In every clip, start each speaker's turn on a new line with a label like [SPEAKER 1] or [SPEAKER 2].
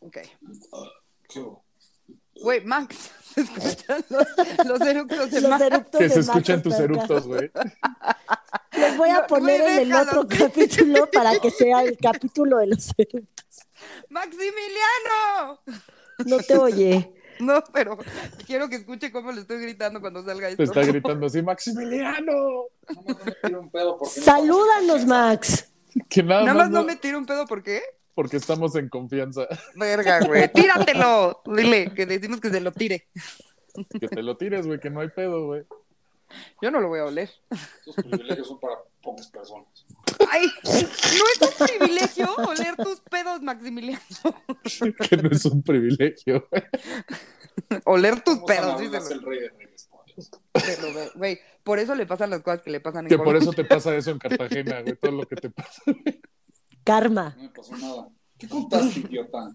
[SPEAKER 1] Ok. Güey, Max, se escuchan los, los eructos de
[SPEAKER 2] Los er-,
[SPEAKER 1] Max.
[SPEAKER 2] eructos
[SPEAKER 3] Que
[SPEAKER 2] de
[SPEAKER 3] se
[SPEAKER 2] Max
[SPEAKER 3] escuchan tus
[SPEAKER 2] Perca.
[SPEAKER 3] eructos, güey.
[SPEAKER 2] Los voy a
[SPEAKER 1] No,
[SPEAKER 2] poner
[SPEAKER 1] güey,
[SPEAKER 2] en el
[SPEAKER 1] déjalo,
[SPEAKER 2] otro
[SPEAKER 1] sí.
[SPEAKER 2] capítulo para que sea el capítulo de los eructos.
[SPEAKER 1] ¡Maximiliano!
[SPEAKER 2] No te oye.
[SPEAKER 1] No, pero quiero que escuche cómo le estoy gritando cuando salga
[SPEAKER 3] Te
[SPEAKER 1] esto.
[SPEAKER 3] está gritando así, Maximiliano.
[SPEAKER 2] Salúdanos, Max.
[SPEAKER 3] Que nada,
[SPEAKER 1] Nada
[SPEAKER 3] más,
[SPEAKER 1] más no
[SPEAKER 3] no-
[SPEAKER 1] me tiro un pedo, ¿por qué?
[SPEAKER 3] porque estamos en confianza.
[SPEAKER 1] Verga, güey. Tíratelo. Dile que decimos que se lo tire.
[SPEAKER 3] Que te lo tires, güey, que no hay pedo, güey.
[SPEAKER 1] Yo no lo voy a oler.
[SPEAKER 4] Tus privilegios son para pocas personas.
[SPEAKER 1] Ay, no es un privilegio oler tus pedos, Maximiliano.
[SPEAKER 3] Que no es un privilegio, güey.
[SPEAKER 1] Oler tus
[SPEAKER 4] Vamos a
[SPEAKER 1] pedos,
[SPEAKER 4] la vida, es
[SPEAKER 1] díselo.
[SPEAKER 4] el rey de reyes. pues. Juárez.
[SPEAKER 1] Pero, güey, Güey, por eso le pasan las cosas que le pasan en
[SPEAKER 3] Que por
[SPEAKER 1] Colombia.
[SPEAKER 3] eso te pasa eso en Cartagena, güey. Todo lo que te pasa.
[SPEAKER 2] Karma.
[SPEAKER 4] No me pasó nada. ¿Qué contaste, idiota?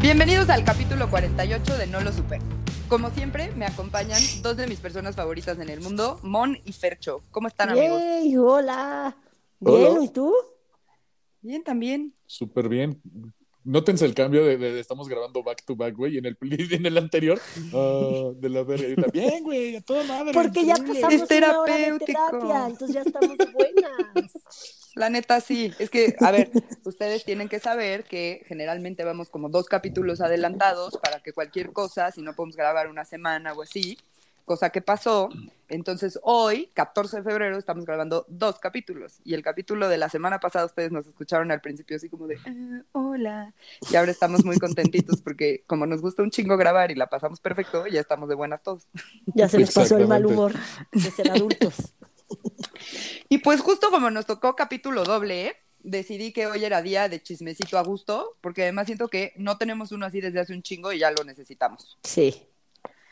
[SPEAKER 1] Bienvenidos al capítulo 48 de No lo supero. Como siempre, me acompañan dos de mis personas favoritas en el mundo, Mon y Fercho. ¿Cómo están, amigos?
[SPEAKER 2] Yay, hola. Bien, ¿y tú?
[SPEAKER 1] Bien, también.
[SPEAKER 3] Súper bien. Nótense el cambio de, de- de estamos grabando back to back, güey, y en el, y en el anterior, ah, de la verga. y ahorita, bien, güey, a toda madre.
[SPEAKER 2] Porque ya
[SPEAKER 3] increíble".
[SPEAKER 2] pasamos
[SPEAKER 1] Es
[SPEAKER 2] una hora de
[SPEAKER 1] terapéutico.
[SPEAKER 2] terapia, entonces ya estamos de buenas.
[SPEAKER 1] La neta, sí. Es que, a ver, ustedes tienen que saber que generalmente vamos como dos capítulos adelantados para que cualquier cosa, si no podemos grabar una semana o así, cosa que pasó. Entonces, hoy, 14 de febrero, estamos grabando dos capítulos. Y el capítulo de la semana pasada, ustedes nos escucharon al principio así como de, "Ah, hola. Y ahora estamos muy contentitos porque como nos gusta un chingo grabar y la pasamos perfecto, ya estamos de buenas todos.
[SPEAKER 2] Ya se les pasó el mal
[SPEAKER 3] Exactamente.
[SPEAKER 2] humor de ser adultos.
[SPEAKER 1] Y pues justo como nos tocó capítulo doble, ¿eh? decidí que hoy era día de chismecito a gusto, porque además siento que no tenemos uno así desde hace un chingo y ya lo necesitamos.
[SPEAKER 2] Sí.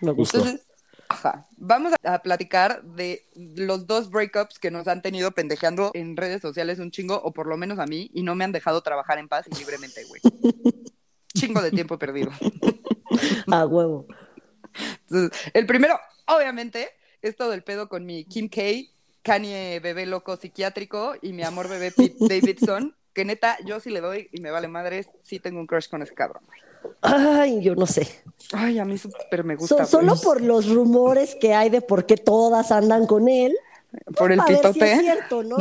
[SPEAKER 2] Me gusta.
[SPEAKER 3] Justo.
[SPEAKER 1] Entonces, ajá, vamos a a platicar de los dos breakups que nos han tenido pendejeando en redes sociales un chingo, o por lo menos a mí, y no me han dejado trabajar en paz y libremente, güey. chingo de tiempo perdido.
[SPEAKER 2] A Ah, huevo.
[SPEAKER 1] Entonces, el primero, obviamente, es todo el pedo con mi Kim K, Kanye bebé loco psiquiátrico y mi amor bebé Pete Davidson, que neta, yo sí le doy y me vale madres, sí tengo un crush con ese cabrón.
[SPEAKER 2] Ay, yo no sé.
[SPEAKER 1] Ay, a mí súper me gusta. pues.
[SPEAKER 2] So-
[SPEAKER 1] güey.
[SPEAKER 2] solo por los rumores que hay de por qué todas andan con él.
[SPEAKER 1] Por el
[SPEAKER 2] Para ver si
[SPEAKER 1] pitote.
[SPEAKER 2] es cierto, ¿no?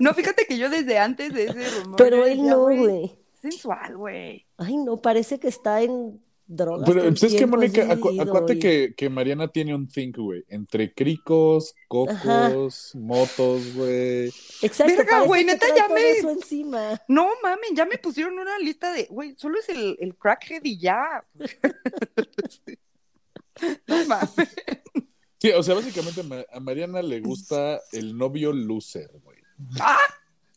[SPEAKER 1] No, fíjate que yo desde antes de ese rumor.
[SPEAKER 2] Pero
[SPEAKER 1] yo
[SPEAKER 2] él
[SPEAKER 1] decía,
[SPEAKER 2] no, güey.
[SPEAKER 1] Sensual, güey.
[SPEAKER 2] Ay, no, parece que está en drogas.
[SPEAKER 3] Pero
[SPEAKER 2] todo el
[SPEAKER 3] pues, es que,
[SPEAKER 2] tiempo,
[SPEAKER 3] Mónica,
[SPEAKER 2] es
[SPEAKER 3] acu-
[SPEAKER 2] dividido
[SPEAKER 3] acuérdate
[SPEAKER 2] y-
[SPEAKER 3] que, que Mariana tiene un think, güey. Entre cricos, cocos,
[SPEAKER 2] Ajá.
[SPEAKER 3] motos, güey.
[SPEAKER 2] Exacto,
[SPEAKER 1] Verga,
[SPEAKER 2] parece
[SPEAKER 1] güey,
[SPEAKER 2] que
[SPEAKER 1] neta,
[SPEAKER 2] trae
[SPEAKER 1] ya
[SPEAKER 2] todo
[SPEAKER 1] me-
[SPEAKER 2] eso encima.
[SPEAKER 1] No mamen, ya me pusieron una lista de, güey, solo es el, el crackhead y ya. no mames.
[SPEAKER 3] Sí, o sea, básicamente ma- a Mariana le gusta el novio loser, güey.
[SPEAKER 1] ¡Ah!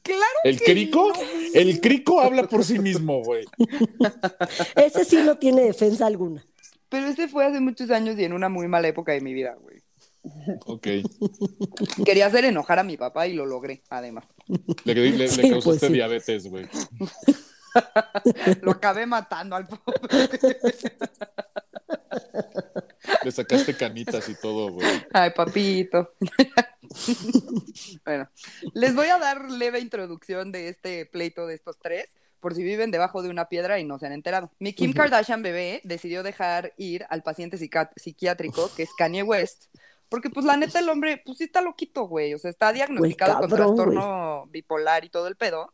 [SPEAKER 1] Claro.
[SPEAKER 3] El crico, el crico habla por sí mismo, güey.
[SPEAKER 2] Ese sí no tiene defensa alguna.
[SPEAKER 1] Pero ese fue hace muchos años y en una muy mala época de mi vida, güey.
[SPEAKER 3] Ok.
[SPEAKER 1] Quería hacer enojar a mi papá y lo logré, además.
[SPEAKER 3] Le, le- le
[SPEAKER 2] Sí,
[SPEAKER 3] causaste
[SPEAKER 2] pues, sí.
[SPEAKER 3] diabetes, güey.
[SPEAKER 1] Lo acabé matando al pobre.
[SPEAKER 3] Le sacaste canitas y todo, güey.
[SPEAKER 1] Ay, papito. bueno, les voy a dar leve introducción de este pleito de estos tres, por si viven debajo de una piedra y no se han enterado. Mi Kim Kardashian bebé decidió dejar ir al paciente psica- psiquiátrico, que es Kanye West, porque pues la neta el hombre, pues sí está loquito, güey. O sea, está diagnosticado con
[SPEAKER 2] cabrón, güey.
[SPEAKER 1] trastorno bipolar y todo el pedo,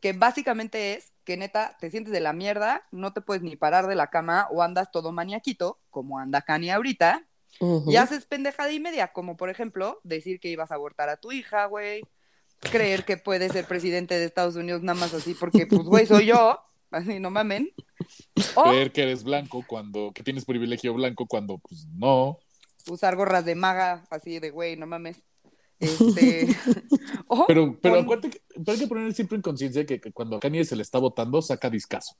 [SPEAKER 1] que básicamente es que neta te sientes de la mierda, no te puedes ni parar de la cama o andas todo maniaquito, como anda Kanye ahorita.
[SPEAKER 2] Ujú.
[SPEAKER 1] Y haces pendejada y media, como por ejemplo decir que ibas a abortar a tu hija, güey. Creer que puedes ser presidente de Estados Unidos nada más así porque, pues, güey, soy yo. Así, no mamen. O
[SPEAKER 3] Creer que eres blanco cuando, que tienes privilegio blanco cuando, pues no.
[SPEAKER 1] usar gorras de maga, así de, güey, no mames. Este... o
[SPEAKER 3] Pero, pero
[SPEAKER 1] pon-
[SPEAKER 3] acuérdate, que, pero hay que poner siempre en conciencia que, que cuando a Kanye se le está votando, saca discazo.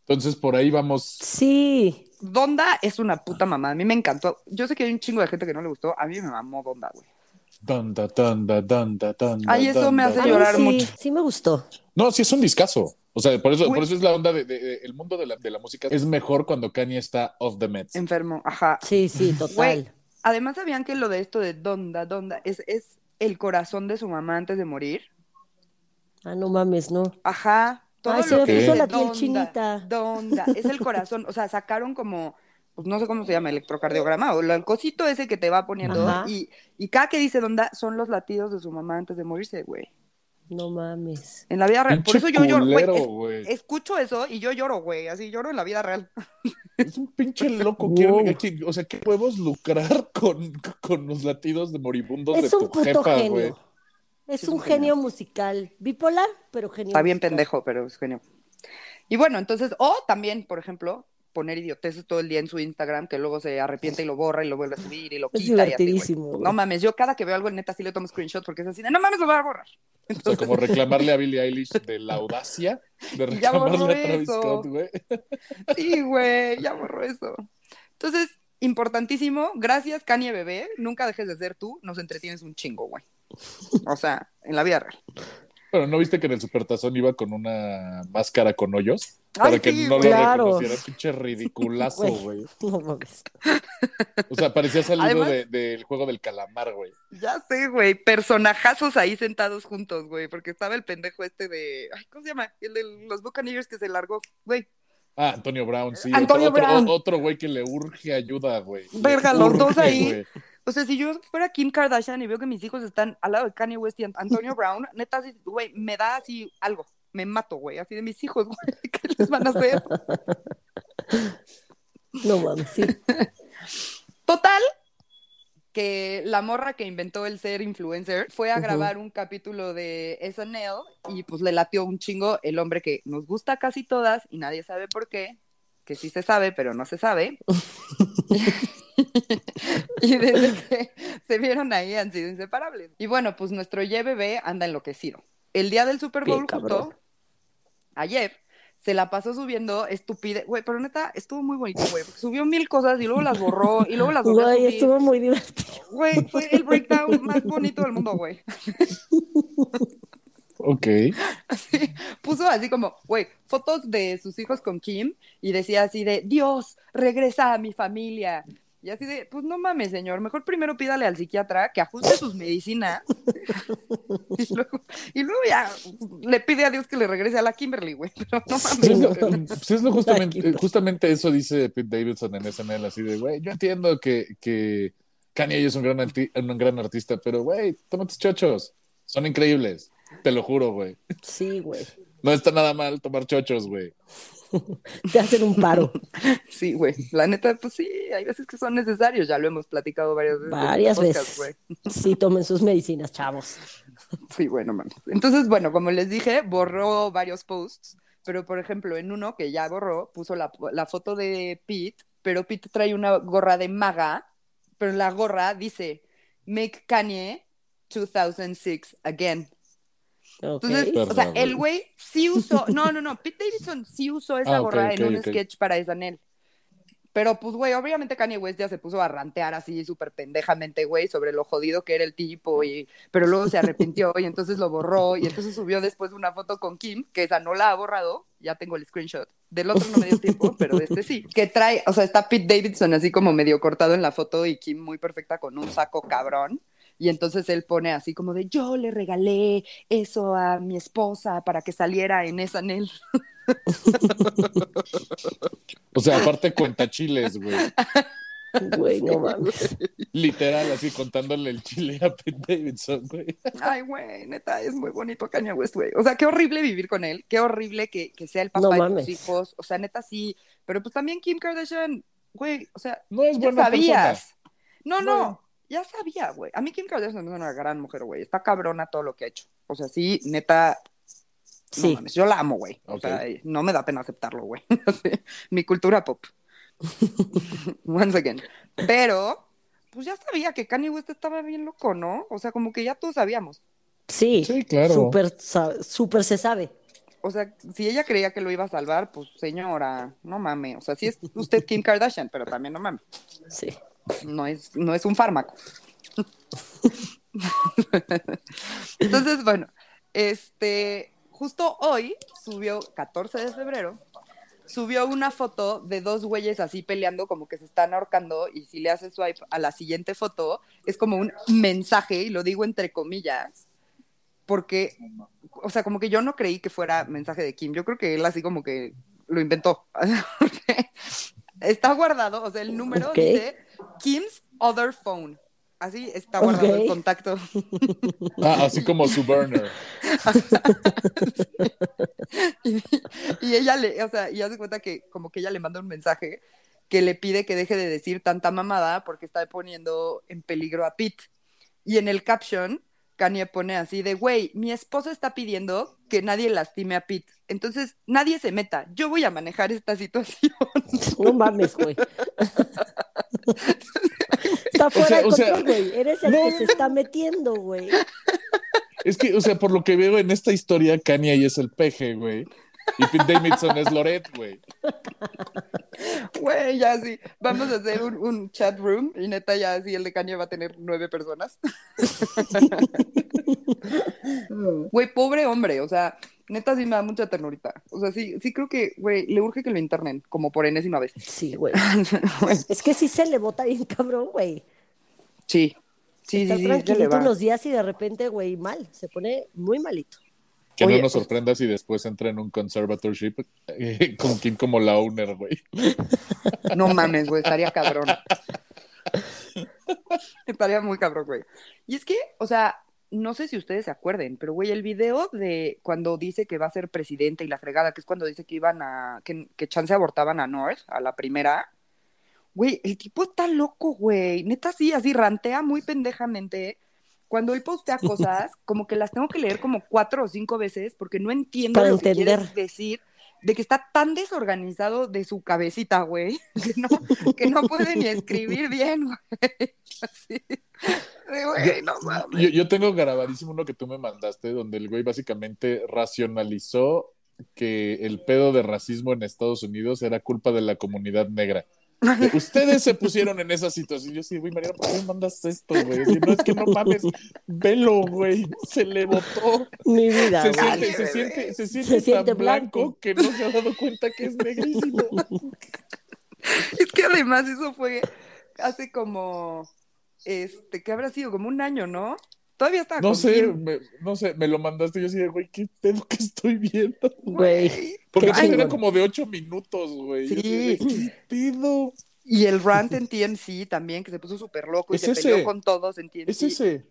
[SPEAKER 3] Entonces, por ahí vamos.
[SPEAKER 2] Sí,
[SPEAKER 1] Donda es una puta mamá. A mí me encantó. Yo sé que hay un chingo de gente que no le gustó. A mí me mamó Donda, güey.
[SPEAKER 3] Tan, ta, tan, ta, tan, ta, tan, ta,
[SPEAKER 1] Ay, eso
[SPEAKER 3] tan,
[SPEAKER 1] me
[SPEAKER 3] ta,
[SPEAKER 1] hace
[SPEAKER 3] tan.
[SPEAKER 2] A mí
[SPEAKER 1] llorar
[SPEAKER 2] sí,
[SPEAKER 1] mucho.
[SPEAKER 2] Sí, me gustó.
[SPEAKER 3] No, sí es un discazo. O sea, por eso,
[SPEAKER 1] Güey.
[SPEAKER 3] por eso es la onda de, de- de- el mundo de la, de la música es mejor cuando Kanye está off the meds.
[SPEAKER 1] Enfermo, ajá.
[SPEAKER 2] Sí, sí,
[SPEAKER 1] Güey,
[SPEAKER 2] total.
[SPEAKER 1] además sabían que lo de esto de Donda, Donda, es, es el corazón de su mamá antes de morir.
[SPEAKER 2] Ah, no mames, no.
[SPEAKER 1] Ajá. Todo
[SPEAKER 2] Ay, se
[SPEAKER 1] lo
[SPEAKER 2] me
[SPEAKER 1] que
[SPEAKER 3] puso
[SPEAKER 1] dice
[SPEAKER 2] la piel
[SPEAKER 1] Donda,
[SPEAKER 2] chinita.
[SPEAKER 1] Donda, es el corazón. O sea, sacaron como, pues no sé cómo se llama, electrocardiograma, o lo- el cosito ese que te va poniendo.
[SPEAKER 2] Ajá.
[SPEAKER 1] Y, y cada que dice Donda son los latidos de su mamá antes de morirse, güey.
[SPEAKER 2] No mames.
[SPEAKER 1] En la vida real. Por
[SPEAKER 3] Pinche
[SPEAKER 1] eso yo lloro, güey.
[SPEAKER 3] culero,
[SPEAKER 1] Es-
[SPEAKER 3] güey.
[SPEAKER 1] escucho eso y yo lloro, güey. Así lloro en la vida real.
[SPEAKER 3] Es un pinche loco.
[SPEAKER 2] Wow.
[SPEAKER 3] quiere- quiere- o sea, ¿qué podemos lucrar con, con los latidos de moribundos de
[SPEAKER 2] Es un
[SPEAKER 3] tu
[SPEAKER 2] puto
[SPEAKER 3] jefa,
[SPEAKER 2] genio.
[SPEAKER 3] güey?
[SPEAKER 2] Es un genio musical. Bipolar, pero genio.
[SPEAKER 1] Está bien
[SPEAKER 2] musical.
[SPEAKER 1] pendejo, pero es genio. Y bueno, entonces, o también, por ejemplo, poner idioteces todo el día en su Instagram, que luego se arrepiente y lo borra y lo vuelve a subir y lo quita.
[SPEAKER 2] Es
[SPEAKER 1] y así, güey.
[SPEAKER 2] divertidísimo. güey.
[SPEAKER 1] no mames, yo cada que veo algo en neta sí le tomo screenshot porque es así de, no mames, lo voy a borrar.
[SPEAKER 3] O sea, como reclamarle a Billie Eilish de la audacia de
[SPEAKER 1] Y ya borró
[SPEAKER 3] reclamarle a Travis
[SPEAKER 1] eso.
[SPEAKER 3] Scott, güey.
[SPEAKER 1] Sí, güey, ya borro eso. Entonces, importantísimo, gracias Kanye Bebé, nunca dejes de ser tú, nos entretienes un chingo, güey. O sea, en la vida real.
[SPEAKER 3] Pero ¿no viste que en el supertazón iba con una máscara con hoyos?
[SPEAKER 1] Ay,
[SPEAKER 3] Para que
[SPEAKER 1] sí,
[SPEAKER 3] no
[SPEAKER 1] güey.
[SPEAKER 3] lo
[SPEAKER 2] Claro.
[SPEAKER 3] reconociera. Pinche ridiculazo,
[SPEAKER 2] Güey.
[SPEAKER 3] güey.
[SPEAKER 2] No mames.
[SPEAKER 3] O sea, parecía salido
[SPEAKER 1] Además-
[SPEAKER 3] de- del juego del calamar, güey.
[SPEAKER 1] Ya sé, güey, personajazos ahí sentados juntos, güey, porque estaba el pendejo este de, ay, ¿cómo se llama? El de los Buccaneers que se largó, güey.
[SPEAKER 3] Ah, Antonio Brown, sí.
[SPEAKER 1] Antonio
[SPEAKER 3] otro,
[SPEAKER 1] Brown.
[SPEAKER 3] Otro, otro güey que le urge ayuda, güey. Le
[SPEAKER 1] Verga, los dos
[SPEAKER 3] urge,
[SPEAKER 1] ahí.
[SPEAKER 3] güey.
[SPEAKER 1] O sea, si yo fuera Kim Kardashian y veo que mis hijos están al lado de Kanye West y An- Antonio Brown, neta, sí, güey, me da así algo. Me mato, güey, así de mis hijos, güey, ¿qué les van a hacer?
[SPEAKER 2] No mames, sí.
[SPEAKER 1] Total, que la morra que inventó el ser influencer fue a
[SPEAKER 2] Ujú.
[SPEAKER 1] grabar un capítulo de SNL y pues le latió un chingo el hombre que nos gusta casi todas y nadie sabe por qué, que sí se sabe, pero no se sabe. y desde que se vieron ahí han sido inseparables. Y bueno, pues nuestro YBB anda enloquecido. El día del Super
[SPEAKER 2] Bien,
[SPEAKER 1] Bowl,
[SPEAKER 2] cabrón.
[SPEAKER 1] justo, ayer, se la pasó subiendo estupidez. Güey, pero neta, estuvo muy bonito, güey. porque Subió mil cosas y luego las borró y luego las volvió a
[SPEAKER 2] Güey,
[SPEAKER 1] subir.
[SPEAKER 2] estuvo muy divertido.
[SPEAKER 1] Güey, fue el breakdown más bonito del mundo, güey.
[SPEAKER 3] Ok.
[SPEAKER 1] Puso así como, güey, fotos de sus hijos con Kim y decía así de, Dios, regresa a mi familia. Y así de, pues no mames, señor, mejor primero pídale al psiquiatra que ajuste sus medicinas. Y luego, y luego ya le pide a Dios que le regrese a la Kimberly, güey. Pero no mames.
[SPEAKER 3] Pues es lo- pues es lo justamente, justamente eso dice Pete Davidson en SNL, así de, güey, yo entiendo que, que Kanye es un gran, arti- un gran artista, pero, güey, toma tus chochos. Son increíbles. Te lo juro, güey.
[SPEAKER 2] Sí, güey.
[SPEAKER 3] No está nada mal tomar chochos, güey.
[SPEAKER 2] Te hacen un paro.
[SPEAKER 1] Sí, güey. La neta, pues sí, hay veces que son necesarios. Ya lo hemos platicado varias veces. en el
[SPEAKER 2] Varias
[SPEAKER 1] podcast,
[SPEAKER 2] veces.
[SPEAKER 1] güey.
[SPEAKER 2] Sí, tomen sus medicinas, chavos.
[SPEAKER 1] Sí, bueno, mames. Entonces, bueno, como les dije, borró varios posts, pero por ejemplo, en uno que ya borró, puso la, la foto de Pete, pero Pete trae una gorra de maga, pero en la gorra dice Make Kanye 2006 again.
[SPEAKER 2] Ok.
[SPEAKER 1] Entonces, o sea,
[SPEAKER 3] Perdón,
[SPEAKER 1] el
[SPEAKER 3] güey.
[SPEAKER 1] güey sí usó, no, no, no, Pete Davidson sí usó esa
[SPEAKER 3] Ah, ok,
[SPEAKER 1] gorra en
[SPEAKER 3] ok,
[SPEAKER 1] un
[SPEAKER 3] ok.
[SPEAKER 1] sketch para SNL. Pero pues, güey, obviamente Kanye West ya se puso a rantear así súper pendejamente, güey, sobre lo jodido que era el tipo, y, pero luego se arrepintió y entonces lo borró y entonces subió después una foto con Kim, que esa no la ha borrado, ya tengo el screenshot. Del otro no me dio tiempo, pero de este sí. Que trae, o sea, está Pete Davidson así como medio cortado en la foto y Kim muy perfecta con un saco cabrón. Y entonces él pone así como de, yo le regalé eso a mi esposa para que saliera en esa anel.
[SPEAKER 3] O sea, aparte cuenta chiles, güey.
[SPEAKER 2] Güey, no mames.
[SPEAKER 3] Literal, así contándole el chile a Pete Davidson, güey.
[SPEAKER 1] Ay, güey, neta, es muy bonito Kanye West, güey. O sea, qué horrible vivir con él, qué horrible que, que sea el
[SPEAKER 2] No
[SPEAKER 1] papá de
[SPEAKER 2] mames.
[SPEAKER 1] tus hijos. O sea, neta, sí. Pero pues también Kim Kardashian, güey, o sea,
[SPEAKER 3] No es
[SPEAKER 1] ya
[SPEAKER 3] buena persona.
[SPEAKER 1] sabías. No, no,
[SPEAKER 3] Bueno.
[SPEAKER 1] ya sabía, güey. A mí Kim Kardashian es una gran mujer, güey. Está cabrona todo lo que ha hecho. O sea, sí, neta, No
[SPEAKER 2] Sí.
[SPEAKER 1] mames, yo la amo, güey. O
[SPEAKER 3] Ok.
[SPEAKER 1] sea, no me da pena aceptarlo, güey. Así, Mi cultura pop. Once again. Pero, pues ya sabía que Kanye West estaba bien loco, ¿no? O sea, como que ya todos sabíamos.
[SPEAKER 2] Sí.
[SPEAKER 3] Sí, claro.
[SPEAKER 2] Súper sa- súper se sabe.
[SPEAKER 1] O sea, si ella creía que lo iba a salvar, pues señora, no mame. O sea, sí es usted Kim Kardashian, pero también no mame.
[SPEAKER 2] Sí.
[SPEAKER 1] No es, no es un fármaco. Entonces, bueno, este, justo hoy subió, 14 de febrero, subió una foto de dos güeyes así peleando, como que se están ahorcando, y si le haces swipe a la siguiente foto, es como un mensaje, y lo digo entre comillas, porque, o sea, como que yo no creí que fuera mensaje de Kim, yo creo que él así como que lo inventó. Porque está guardado, o sea, el número
[SPEAKER 2] Ok.
[SPEAKER 1] dice Kim's Other Phone. Así está guardado el
[SPEAKER 2] Ok.
[SPEAKER 1] contacto.
[SPEAKER 3] Ah, así como su burner.
[SPEAKER 1] Y, y ella le, o sea, y hace cuenta que como que ella le manda un mensaje que le pide que deje de decir tanta mamada porque está poniendo en peligro a Pete. Y en el caption, Kanye pone así de, güey, mi esposa está pidiendo que nadie lastime a Pete. Entonces, nadie se meta. Yo voy a manejar esta situación.
[SPEAKER 2] No mames, güey. Está fuera de
[SPEAKER 3] o sea-
[SPEAKER 2] control, güey. Eres el
[SPEAKER 3] No,
[SPEAKER 2] que
[SPEAKER 3] no,
[SPEAKER 2] se está metiendo, güey.
[SPEAKER 3] Es que, o sea, por lo que veo en esta historia, Kanye ahí es el peje, güey. Y Pete Davidson es Loret, güey.
[SPEAKER 1] Güey, ya sí. Vamos a hacer un, un chat room y neta ya así el de Kanye va a tener nueve personas. Güey, pobre hombre, o sea, neta sí me da mucha ternurita. O sea, sí, sí creo que, güey, le urge que lo internen, como por enésima vez.
[SPEAKER 2] Sí, güey. Es que sí se le bota bien cabrón, güey.
[SPEAKER 1] Sí, sí, sí, sí, se
[SPEAKER 2] Está
[SPEAKER 1] le
[SPEAKER 2] tranquilito
[SPEAKER 1] va.
[SPEAKER 2] unos días y de repente, güey, mal. Se pone muy malito.
[SPEAKER 3] Que
[SPEAKER 1] Oye,
[SPEAKER 3] no nos
[SPEAKER 1] pues-
[SPEAKER 3] sorprenda si después entra en un conservatorship eh, con Kim como la owner, güey.
[SPEAKER 1] No mames, güey, estaría cabrón. Estaría muy cabrón, güey. Y es que, o sea, no sé si ustedes se acuerden, pero güey, el video de cuando dice que va a ser presidente y la fregada, que es cuando dice que iban a, que, que chance abortaban a North, a la primera. Güey, el tipo está loco, güey. Neta, sí, así rantea muy pendejamente. Cuando él postea cosas, como que las tengo que leer como cuatro o cinco veces porque no entiendo
[SPEAKER 2] Para
[SPEAKER 1] lo que quiere
[SPEAKER 2] entender.
[SPEAKER 1] decir de que está tan desorganizado de su cabecita, güey, que no, que no puede ni escribir bien, güey. Así. De, güey, no mames.
[SPEAKER 3] Yo, yo tengo grabadísimo uno que tú me mandaste, donde el güey básicamente racionalizó que el pedo de racismo en Estados Unidos era culpa de la comunidad negra. De, Ustedes se pusieron en esa situación. Yo sí, güey, Mariana, ¿por qué me mandas esto, güey? Así, no, es que no mames, velo, güey. Se le botó.
[SPEAKER 2] Mi vida,
[SPEAKER 3] Se
[SPEAKER 2] güey.
[SPEAKER 3] siente, se
[SPEAKER 1] bebé.
[SPEAKER 3] siente, se siente
[SPEAKER 2] Se siente
[SPEAKER 3] tan blanco,
[SPEAKER 2] blanco.
[SPEAKER 3] que no se ha dado cuenta que es negrísimo.
[SPEAKER 1] Es que además eso fue hace como, este, que habrá sido como un año, ¿no? Todavía estaba
[SPEAKER 3] No
[SPEAKER 1] con
[SPEAKER 3] sé,
[SPEAKER 1] Kim,
[SPEAKER 3] me, no sé, me lo mandaste. Yo así de, güey, ¿qué pedo que estoy viendo?
[SPEAKER 2] Güey.
[SPEAKER 3] Porque
[SPEAKER 2] Qué
[SPEAKER 3] eso era
[SPEAKER 2] chingón.
[SPEAKER 3] como de ocho minutos, güey. Yo
[SPEAKER 1] Sí.
[SPEAKER 3] así de, ¿Qué pedo?
[SPEAKER 1] Y el rant en TMC también, que se puso súper loco y
[SPEAKER 3] ¿Es
[SPEAKER 1] se
[SPEAKER 3] ese?
[SPEAKER 1] peleó con todos en TMC.
[SPEAKER 3] ¿Es ese?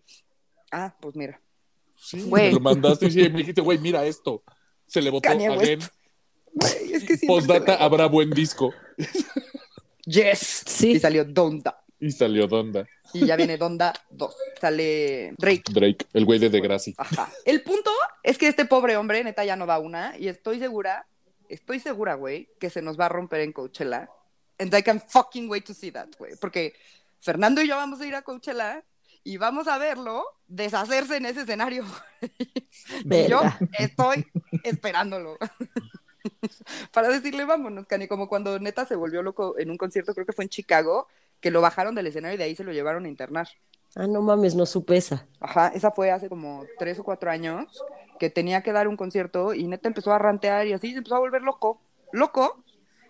[SPEAKER 1] Ah, pues mira.
[SPEAKER 3] Sí,
[SPEAKER 1] Güey.
[SPEAKER 3] me lo mandaste y sí, me dijiste, güey, mira esto. Se le votó
[SPEAKER 1] Kanye West.
[SPEAKER 3] again.
[SPEAKER 1] Güey, es que siempre
[SPEAKER 3] Postdata,
[SPEAKER 1] se le-
[SPEAKER 3] habrá buen disco.
[SPEAKER 1] Yes.
[SPEAKER 2] Sí.
[SPEAKER 1] Y salió Donda.
[SPEAKER 3] Y salió Donda,
[SPEAKER 1] Y ya viene Donda 2. Sale Drake.
[SPEAKER 3] Drake, el güey de Degrassi.
[SPEAKER 1] Ajá. El punto es que este pobre hombre, neta, ya no da una. Y estoy segura, estoy segura, güey, que se nos va a romper en Coachella. And I can fucking wait to see that, güey. Porque Fernando y yo vamos a ir a Coachella y vamos a verlo deshacerse en ese escenario. Y yo
[SPEAKER 2] Verga.
[SPEAKER 1] estoy esperándolo. Para decirle, vámonos, Cani, como cuando neta se volvió loco en un concierto, creo que fue en Chicago, que lo bajaron del escenario y de ahí se lo llevaron a internar.
[SPEAKER 2] Ah, no mames, no supe esa.
[SPEAKER 1] Ajá, esa fue hace como tres o cuatro años que tenía que dar un concierto y neta empezó a rantear y así se empezó a volver loco, loco.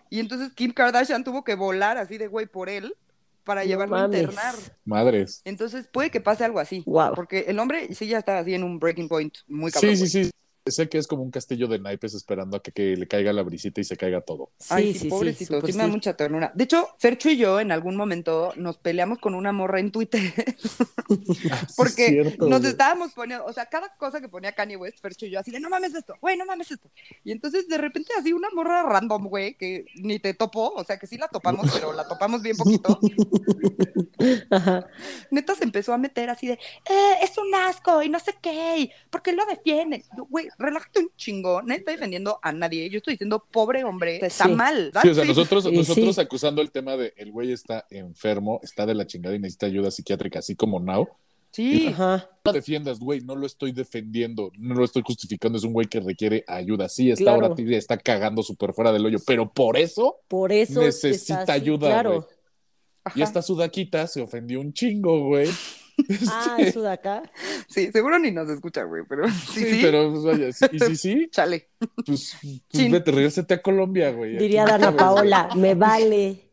[SPEAKER 1] Y entonces Kim Kardashian tuvo que volar así de güey por él para
[SPEAKER 2] No
[SPEAKER 1] llevarlo
[SPEAKER 2] mames.
[SPEAKER 1] a internar.
[SPEAKER 3] Madres.
[SPEAKER 1] Entonces puede que pase algo así,
[SPEAKER 2] Guau.
[SPEAKER 1] porque el hombre sí ya está así en un breaking point muy cabrón.
[SPEAKER 3] Sí, sí,
[SPEAKER 1] güey.
[SPEAKER 3] sí. Sé que es como un castillo de naipes esperando a que, que le caiga la brisita y se caiga todo.
[SPEAKER 2] Sí,
[SPEAKER 1] Ay, sí,
[SPEAKER 2] sí, sí.
[SPEAKER 1] pobrecito, sí,
[SPEAKER 2] súper
[SPEAKER 1] me da
[SPEAKER 2] sí.
[SPEAKER 1] mucha ternura. De hecho, Ferchu y yo en algún momento nos peleamos con una morra en Twitter porque
[SPEAKER 3] cierto,
[SPEAKER 1] nos
[SPEAKER 3] güey.
[SPEAKER 1] estábamos poniendo, o sea, cada cosa que ponía Kanye West, Ferchu y yo así de no mames esto, güey, no mames esto. Y entonces de repente así una morra random, güey, que ni te topó, o sea, que sí la topamos, pero la topamos bien poquito.
[SPEAKER 2] Ajá.
[SPEAKER 1] Neta se empezó a meter así de, eh, es un asco y no sé qué, y ¿por qué lo defienden? Yo, Güey, relájate un chingo, nadie está defendiendo a nadie, yo estoy diciendo, pobre hombre, está
[SPEAKER 2] Sí.
[SPEAKER 1] mal.
[SPEAKER 3] Sí, o sea,
[SPEAKER 1] Ah, Sí.
[SPEAKER 3] nosotros,
[SPEAKER 2] Sí,
[SPEAKER 3] nosotros
[SPEAKER 2] sí.
[SPEAKER 3] acusando el tema de el güey está enfermo, está de la chingada y necesita ayuda psiquiátrica, así como Now.
[SPEAKER 1] Sí.
[SPEAKER 2] Ajá.
[SPEAKER 3] No defiendas, güey, no lo estoy defendiendo, no lo estoy justificando, es un güey que requiere ayuda. Sí, está
[SPEAKER 2] Claro.
[SPEAKER 3] ahora sí está cagando súper fuera del hoyo, pero por eso,
[SPEAKER 2] Por eso. es que
[SPEAKER 3] Necesita
[SPEAKER 2] está así,
[SPEAKER 3] ayuda,
[SPEAKER 2] Claro.
[SPEAKER 3] güey.
[SPEAKER 1] Ajá.
[SPEAKER 3] y esta sudaquita se ofendió un chingo, güey,
[SPEAKER 2] Ah,
[SPEAKER 3] Este,
[SPEAKER 2] eso de acá.
[SPEAKER 1] Sí, seguro ni nos escucha, güey, pero sí,
[SPEAKER 3] sí,
[SPEAKER 1] sí,
[SPEAKER 3] pero pues, vaya, sí- y si sí,
[SPEAKER 1] chale.
[SPEAKER 3] pues, pues
[SPEAKER 1] Chin.
[SPEAKER 3] vete, regrésate a Colombia, güey.
[SPEAKER 2] Diría
[SPEAKER 3] Aquí no
[SPEAKER 2] Dana
[SPEAKER 3] cabes, güey.
[SPEAKER 2] Paola, me vale.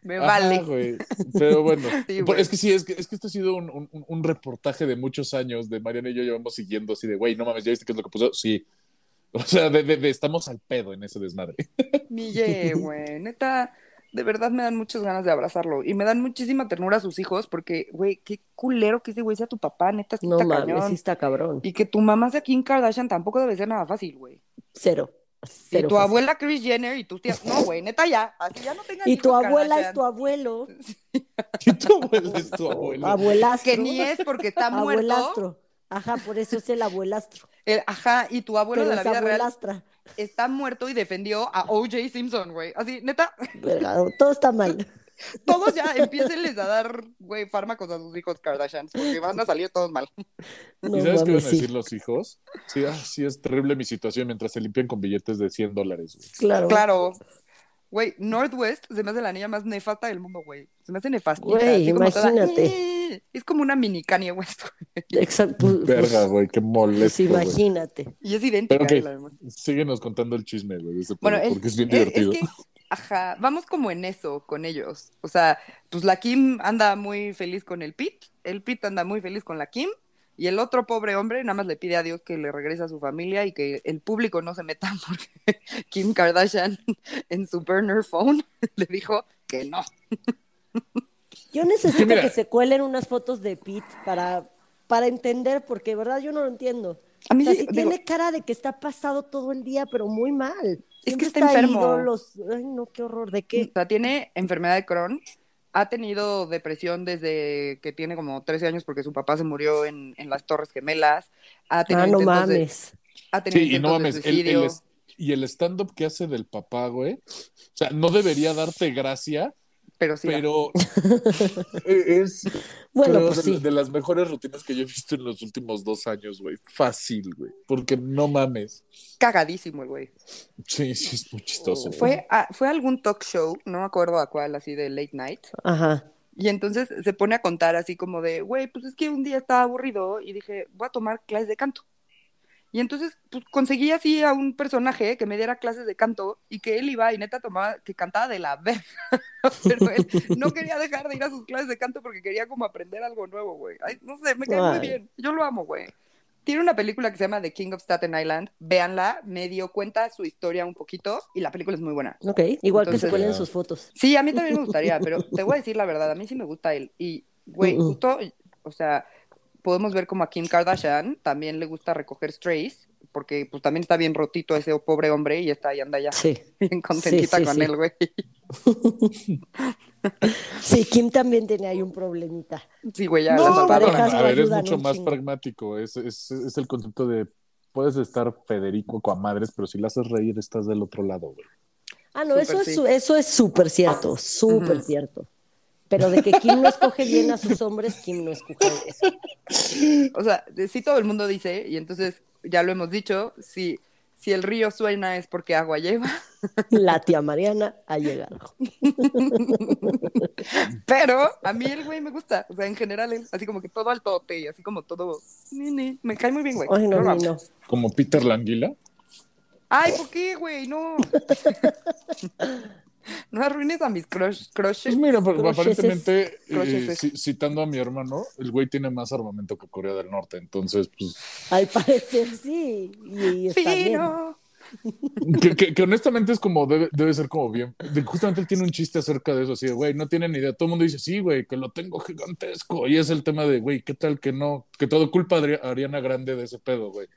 [SPEAKER 1] Me
[SPEAKER 3] Ajá,
[SPEAKER 1] vale.
[SPEAKER 3] güey. Pero bueno,
[SPEAKER 1] Sí,
[SPEAKER 3] por-
[SPEAKER 1] güey.
[SPEAKER 3] es que sí, es que, es que esto ha sido un, un- un- un reportaje de muchos años de Mariana y yo llevamos siguiendo así de, güey, no mames, ¿ya viste qué es lo que puso? Sí. O sea, de, de- de estamos al pedo en ese desmadre.
[SPEAKER 1] Mille, güey, neta, de verdad me dan muchas ganas de abrazarlo y me dan muchísima ternura a sus hijos porque, güey, qué culero que ese güey sea tu papá, neta, sí
[SPEAKER 2] No
[SPEAKER 1] está
[SPEAKER 2] mames,
[SPEAKER 1] cañón.
[SPEAKER 2] sí está cabrón.
[SPEAKER 1] Y que tu mamá sea Kim Kardashian tampoco debe ser nada fácil, güey.
[SPEAKER 2] Cero.
[SPEAKER 1] Y
[SPEAKER 2] Cero
[SPEAKER 1] tu
[SPEAKER 2] fácil.
[SPEAKER 1] abuela Kris Jenner y tus tías, no, güey, neta ya, así ya no tengan
[SPEAKER 2] Y tu
[SPEAKER 1] hijos
[SPEAKER 2] abuela es
[SPEAKER 1] Kardashian.
[SPEAKER 2] tu abuelo.
[SPEAKER 3] Y tu abuela es
[SPEAKER 2] Oh,
[SPEAKER 3] tu abuela.
[SPEAKER 2] ah, Abuelastro.
[SPEAKER 1] que ni es porque está muerto.
[SPEAKER 2] Abuelastro. Ajá, por eso es el abuelastro.
[SPEAKER 1] El- ajá, y tu abuelo
[SPEAKER 2] Pero
[SPEAKER 1] de la
[SPEAKER 2] es
[SPEAKER 1] vida real
[SPEAKER 2] abuelastra.
[SPEAKER 1] está muerto y defendió a O.J. Simpson, güey. Así, neta,
[SPEAKER 2] Verga, Todo está mal.
[SPEAKER 1] todos ya empiecenles a dar, güey, fármacos a sus hijos Kardashians, porque van a salir todos mal.
[SPEAKER 2] No
[SPEAKER 3] ¿Y sabes qué van
[SPEAKER 2] mames,
[SPEAKER 3] a
[SPEAKER 2] sí.
[SPEAKER 3] decir los hijos? Sí, ah, sí, es terrible mi situación mientras se limpian con billetes de 100 dólares. güey.
[SPEAKER 2] Claro.
[SPEAKER 1] Claro. Güey, Northwest se me hace la niña más nefasta del mundo, güey. Se me hace nefastita.
[SPEAKER 2] Güey,
[SPEAKER 1] así como toda,
[SPEAKER 2] imagínate.
[SPEAKER 1] "Eh". Es como una mini Kanye West. güey.
[SPEAKER 2] Exacto. Pues,
[SPEAKER 3] Verga,
[SPEAKER 2] pues,
[SPEAKER 3] güey, qué
[SPEAKER 2] pues
[SPEAKER 3] molesto. güey.
[SPEAKER 2] imagínate.
[SPEAKER 1] Y es idéntica.
[SPEAKER 3] Pero, ¿qué?
[SPEAKER 1] la demás.
[SPEAKER 3] Síguenos contando el chisme, güey, de ese
[SPEAKER 1] Bueno,
[SPEAKER 3] pedo,
[SPEAKER 1] es-
[SPEAKER 3] porque es bien
[SPEAKER 1] Eh,
[SPEAKER 3] divertido.
[SPEAKER 1] Es que, ajá, vamos como en eso con ellos. O sea, pues la Kim anda muy feliz con el Pete, el Pete anda muy feliz con la Kim, y el otro pobre hombre nada más le pide a Dios que le regrese a su familia y que el público no se meta porque Kim Kardashian en su burner phone le dijo que no.
[SPEAKER 2] Yo necesito
[SPEAKER 3] mira.
[SPEAKER 2] que se cuelen unas fotos de Pete para, para entender, porque de verdad yo no lo entiendo.
[SPEAKER 1] A mí
[SPEAKER 2] O sea,
[SPEAKER 1] sí,
[SPEAKER 2] sí
[SPEAKER 1] digo,
[SPEAKER 2] tiene cara de que está pasado todo el día, pero muy mal.
[SPEAKER 1] Es que
[SPEAKER 2] Siempre
[SPEAKER 1] está
[SPEAKER 2] ahí,
[SPEAKER 1] enfermo.
[SPEAKER 2] dolos- Ay, no, qué horror. ¿De
[SPEAKER 1] o
[SPEAKER 2] qué?
[SPEAKER 1] sea, tiene enfermedad de Crohn, ha tenido depresión desde que tiene como 13 años porque su papá se murió en, en las Torres Gemelas, ha tenido
[SPEAKER 2] Ah, no
[SPEAKER 1] intentos de-
[SPEAKER 2] mames.
[SPEAKER 1] ha tenido
[SPEAKER 3] Sí, y no
[SPEAKER 1] intentos de
[SPEAKER 3] mames, el,
[SPEAKER 1] suicidio.
[SPEAKER 3] el es- y el stand-up que hace del papá, güey, o sea, no debería darte gracia,
[SPEAKER 1] Pero sí,
[SPEAKER 3] pero E-, es
[SPEAKER 2] Bueno,
[SPEAKER 3] creo,
[SPEAKER 2] pues
[SPEAKER 3] de,
[SPEAKER 2] sí.
[SPEAKER 3] de las mejores rutinas que yo he visto en los últimos dos años, güey. Fácil, güey, porque no mames.
[SPEAKER 1] cagadísimo el güey.
[SPEAKER 3] Sí, sí, es muy chistoso. güey.
[SPEAKER 1] Fue a, fue a algún talk show, no me acuerdo a cuál, así de late night.
[SPEAKER 2] Ajá.
[SPEAKER 1] Y entonces se pone a contar así como de, güey, pues es que un día estaba aburrido y dije, voy a tomar clases de canto. Y entonces pues, conseguí así a un personaje que me diera clases de canto y que él iba y neta tomaba, que cantaba de la verga. Pero él no quería dejar de ir a sus clases de canto porque quería como aprender algo nuevo, güey. Ay, no sé, me cae muy
[SPEAKER 2] Ay.
[SPEAKER 1] bien. Yo lo amo, güey. Tiene una película que se llama The King of Staten Island. Véanla, me dio cuenta su historia un poquito y la película es muy buena.
[SPEAKER 2] Ok. Igual que
[SPEAKER 1] Entonces-
[SPEAKER 2] se cuelen sus fotos.
[SPEAKER 1] Sí, a mí también me gustaría, pero te voy a decir la verdad, a mí sí me gusta él. Y, güey,
[SPEAKER 2] Mm-mm.
[SPEAKER 1] justo, o sea, podemos ver como a Kim Kardashian también le gusta recoger strays, porque pues también está bien rotito ese pobre hombre y está ahí anda ya
[SPEAKER 2] Sí.
[SPEAKER 1] bien contentita
[SPEAKER 2] Sí, sí,
[SPEAKER 1] con
[SPEAKER 2] sí.
[SPEAKER 1] él, güey.
[SPEAKER 2] Sí, Kim también tenía ahí un problemita.
[SPEAKER 1] Sí, güey, ya
[SPEAKER 2] No,
[SPEAKER 1] la
[SPEAKER 3] Es-
[SPEAKER 1] salvaron.
[SPEAKER 2] parejas
[SPEAKER 3] a
[SPEAKER 2] lo
[SPEAKER 3] ver, es
[SPEAKER 2] ayudan
[SPEAKER 3] mucho
[SPEAKER 2] un
[SPEAKER 3] más
[SPEAKER 2] chingo.
[SPEAKER 3] pragmático. Es, es, es el concepto de puedes estar Federico con madres, pero si le haces reír, estás del otro lado, güey.
[SPEAKER 2] Ah, no,
[SPEAKER 1] Súper
[SPEAKER 2] eso,
[SPEAKER 1] sí.
[SPEAKER 2] es, su- eso es súper cierto, súper
[SPEAKER 1] Ujú.
[SPEAKER 2] cierto. Pero de que Kim no escoge bien a sus hombres, Kim no escoge eso.
[SPEAKER 1] O sea, de- sí todo el mundo dice, y entonces ya lo hemos dicho, si, si el río suena es porque agua lleva,
[SPEAKER 2] La tía Mariana ha llegado.
[SPEAKER 1] pero a mí el güey me gusta, o sea, en general él, así como que todo al tote y así como todo, ni, ni, me cae muy bien, güey.
[SPEAKER 2] Ay, no,
[SPEAKER 1] Yo lo
[SPEAKER 2] no,
[SPEAKER 1] amo.
[SPEAKER 2] no.
[SPEAKER 3] Como Peter Languila.
[SPEAKER 1] Ay, ¿por qué, güey? No. no arruines a mis crush, crushes.
[SPEAKER 3] Pues mira, pero
[SPEAKER 2] Croches
[SPEAKER 3] aparentemente,
[SPEAKER 1] croches
[SPEAKER 3] eh,
[SPEAKER 1] es.
[SPEAKER 3] ci- citando a mi hermano, el güey tiene más armamento que Corea del Norte. Entonces, pues,
[SPEAKER 2] Al parecer sí. Y, y está
[SPEAKER 1] Sí,
[SPEAKER 2] bien.
[SPEAKER 1] no.
[SPEAKER 3] que, que- que honestamente es como, debe, debe ser como bien. de- justamente él tiene un chiste acerca de eso, así de, güey, no tiene ni idea. Todo el mundo dice, sí, güey, que lo tengo gigantesco. Y es el tema de, güey, ¿qué tal que no? Que todo culpa de Ariana Grande de ese pedo, güey.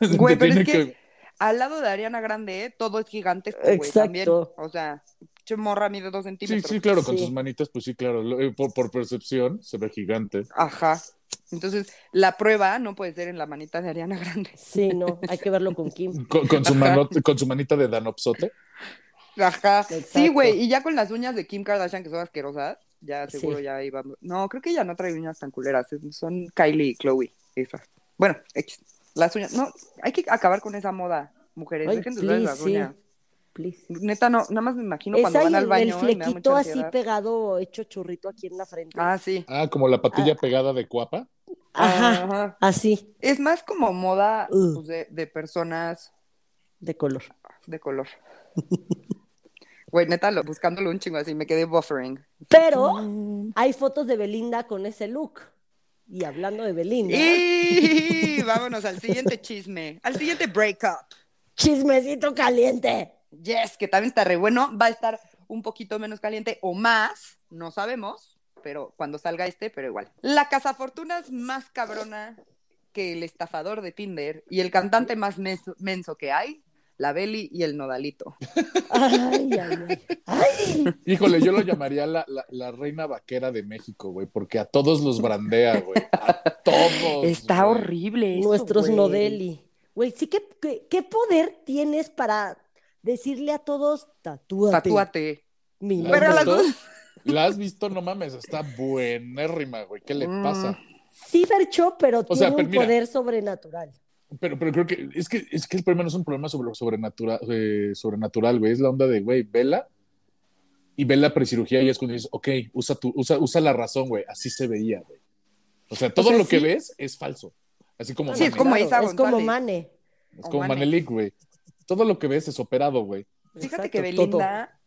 [SPEAKER 1] Güey, pero
[SPEAKER 3] Tiene
[SPEAKER 1] es que, al lado de Ariana Grande ¿eh? todo es gigantesco, güey,
[SPEAKER 2] Exacto.
[SPEAKER 1] también. O sea, chemorra mide dos
[SPEAKER 3] Sí,
[SPEAKER 1] centímetros.
[SPEAKER 3] sí, claro, con
[SPEAKER 2] Sí.
[SPEAKER 3] sus manitas, pues sí, claro, lo- eh, por, por percepción se ve gigante.
[SPEAKER 1] Ajá. Entonces, la prueba no puede ser en la manita de Ariana Grande.
[SPEAKER 2] Sí, no, hay que verlo con Kim.
[SPEAKER 3] Con, con su, mano, con su manita de Danopsote.
[SPEAKER 1] Ajá. Sí,
[SPEAKER 2] Exacto.
[SPEAKER 1] güey, y ya con las uñas de Kim Kardashian que son asquerosas, ya
[SPEAKER 2] Sí.
[SPEAKER 1] seguro ya íbamos. No, creo que ya no trae uñas tan culeras, son Kylie y Chloe, esas. Bueno, X. Las uñas, no, hay que acabar con esa moda, mujeres,
[SPEAKER 2] Ay,
[SPEAKER 1] dejen de usar
[SPEAKER 2] please,
[SPEAKER 1] las
[SPEAKER 2] sí.
[SPEAKER 1] uñas.
[SPEAKER 2] please.
[SPEAKER 1] Neta, no, nada más me imagino
[SPEAKER 2] Es
[SPEAKER 1] cuando
[SPEAKER 2] ahí
[SPEAKER 1] van al
[SPEAKER 2] el, el
[SPEAKER 1] baño. y me da
[SPEAKER 2] flequito
[SPEAKER 1] mucha
[SPEAKER 2] así
[SPEAKER 1] ansiedad.
[SPEAKER 2] pegado, hecho churrito aquí en la frente.
[SPEAKER 1] Ah, sí.
[SPEAKER 3] Ah, como la patilla pegada de cuapa.
[SPEAKER 2] Ajá,
[SPEAKER 1] Ajá.
[SPEAKER 2] así,
[SPEAKER 1] Es más como moda
[SPEAKER 2] Uh.
[SPEAKER 1] pues, de, de personas
[SPEAKER 2] de color.
[SPEAKER 1] de color. Güey, neta, lo, buscándolo un chingo así, me quedé buffering.
[SPEAKER 2] Pero hay fotos de Belinda con ese look. Y hablando de Belinda,
[SPEAKER 1] Y vámonos al siguiente chisme, al siguiente breakup.
[SPEAKER 2] chismecito caliente.
[SPEAKER 1] Yes, que también está re bueno. Va a estar un poquito menos caliente o más, no sabemos, pero cuando salga este, pero igual. La cazafortunas más cabrona que el estafador de Tinder y el cantante más menso, menso que hay, la Beli y el Nodalito.
[SPEAKER 2] Ay, ay, ay. Ay,
[SPEAKER 3] Híjole, yo lo llamaría la, la- la reina vaquera de México, güey, porque a todos los brandea, güey. A todos.
[SPEAKER 1] Pues, Está
[SPEAKER 3] güey.
[SPEAKER 1] horrible. eso,
[SPEAKER 2] nuestros
[SPEAKER 1] güey.
[SPEAKER 2] Nodeli. Güey, sí, ¿qué, qué, qué poder tienes para decirle a todos, tatúate?
[SPEAKER 1] Tatúate.
[SPEAKER 2] mi
[SPEAKER 3] ¿La
[SPEAKER 2] nombre"?
[SPEAKER 1] Pero a
[SPEAKER 3] has
[SPEAKER 1] las
[SPEAKER 3] visto?
[SPEAKER 1] dos-
[SPEAKER 3] La has visto, no mames, está buenérrima, güey. ¿Qué le
[SPEAKER 1] Mm.
[SPEAKER 3] pasa?
[SPEAKER 2] Sí, Fercho, pero tiene
[SPEAKER 3] sea, pero
[SPEAKER 2] un
[SPEAKER 3] mira.
[SPEAKER 2] poder sobrenatural.
[SPEAKER 3] Pero, pero creo que es, que es que el problema no es un problema sobre, sobrenatural, eh, sobrenatural, güey. Es la onda de, güey, vela y vela prechirugía y es cuando dices, ok, usa, tu, usa, usa la razón, güey. Así se veía, güey. O sea, todo
[SPEAKER 2] sea,
[SPEAKER 3] lo que
[SPEAKER 2] sí.
[SPEAKER 3] ves es falso. Así como,
[SPEAKER 1] Sí, es
[SPEAKER 3] Manelik-
[SPEAKER 1] como
[SPEAKER 2] Claro,
[SPEAKER 1] Isa
[SPEAKER 2] Es como
[SPEAKER 1] González.
[SPEAKER 2] Mane.
[SPEAKER 3] es como
[SPEAKER 1] Mane.
[SPEAKER 3] Manelik, güey. Todo lo que ves es operado, güey.
[SPEAKER 1] Fíjate
[SPEAKER 2] Exacto,
[SPEAKER 1] que
[SPEAKER 2] todo.
[SPEAKER 1] Belinda,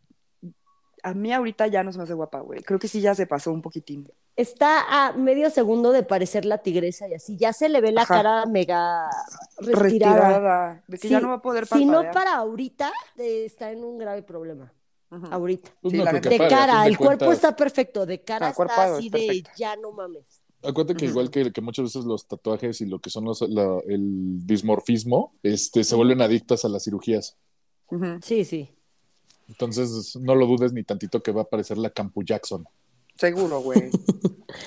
[SPEAKER 1] a mí ahorita ya no se me hace guapa, güey. Creo que sí ya se pasó un poquitín.
[SPEAKER 2] Está a medio segundo de parecer la tigresa y así ya se le ve la
[SPEAKER 1] Ajá.
[SPEAKER 2] cara mega retirada.
[SPEAKER 1] Retirada. De que ya
[SPEAKER 2] Sí,
[SPEAKER 1] no va a poder
[SPEAKER 2] Si no
[SPEAKER 1] parpadear.
[SPEAKER 2] para ahorita, eh, está en un grave problema.
[SPEAKER 1] Ujú.
[SPEAKER 2] Ahorita.
[SPEAKER 3] Pues
[SPEAKER 1] Sí,
[SPEAKER 3] no
[SPEAKER 1] la
[SPEAKER 3] creo que
[SPEAKER 1] neta.
[SPEAKER 2] De
[SPEAKER 3] apague, a fin
[SPEAKER 2] cara,
[SPEAKER 3] de
[SPEAKER 2] el cuerpo
[SPEAKER 3] cuentas.
[SPEAKER 2] está perfecto. De cara
[SPEAKER 1] Ah,
[SPEAKER 2] está
[SPEAKER 1] cuerpado,
[SPEAKER 2] así
[SPEAKER 1] es perfecto.
[SPEAKER 2] de ya no mames.
[SPEAKER 3] Acuérdate que
[SPEAKER 1] Ujú.
[SPEAKER 3] igual que, que muchas veces los tatuajes y lo que son los, la- el dismorfismo, este, se vuelven adictas a las cirugías.
[SPEAKER 1] Ujú.
[SPEAKER 2] Sí, sí.
[SPEAKER 3] Entonces, no lo dudes ni tantito que va a aparecer la Campu Jackson.
[SPEAKER 1] Seguro, güey.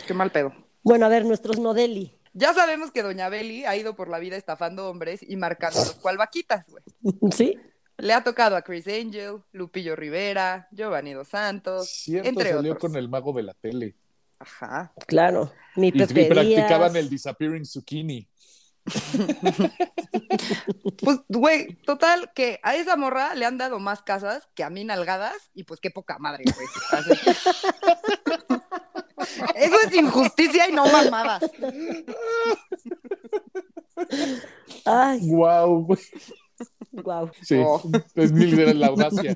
[SPEAKER 1] Qué mal pedo.
[SPEAKER 2] Bueno, a ver, nuestros Nodeli.
[SPEAKER 1] Ya sabemos que Doña Beli ha ido por la vida estafando hombres y marcándolos cual vaquitas, güey.
[SPEAKER 2] ¿Sí?
[SPEAKER 1] Le ha tocado a Chris Angel, Lupillo Rivera, Giovanni Dos Santos,
[SPEAKER 3] Cierto,
[SPEAKER 1] entre
[SPEAKER 3] salió
[SPEAKER 1] otros.
[SPEAKER 3] con el mago de la tele.
[SPEAKER 1] Ajá.
[SPEAKER 2] Claro. Mi
[SPEAKER 3] Y, y
[SPEAKER 2] Pepe
[SPEAKER 3] practicaban
[SPEAKER 2] Díaz.
[SPEAKER 3] el disappearing zucchini.
[SPEAKER 1] Pues, güey, total, que a esa morra le han dado más casas que a mí nalgadas y pues qué poca madre, güey. Así. Eso es injusticia y no mamadas.
[SPEAKER 2] Ay,
[SPEAKER 3] ¡Wow! güey!
[SPEAKER 2] guau.
[SPEAKER 3] Sí,
[SPEAKER 1] Oh.
[SPEAKER 3] es literal la audacia.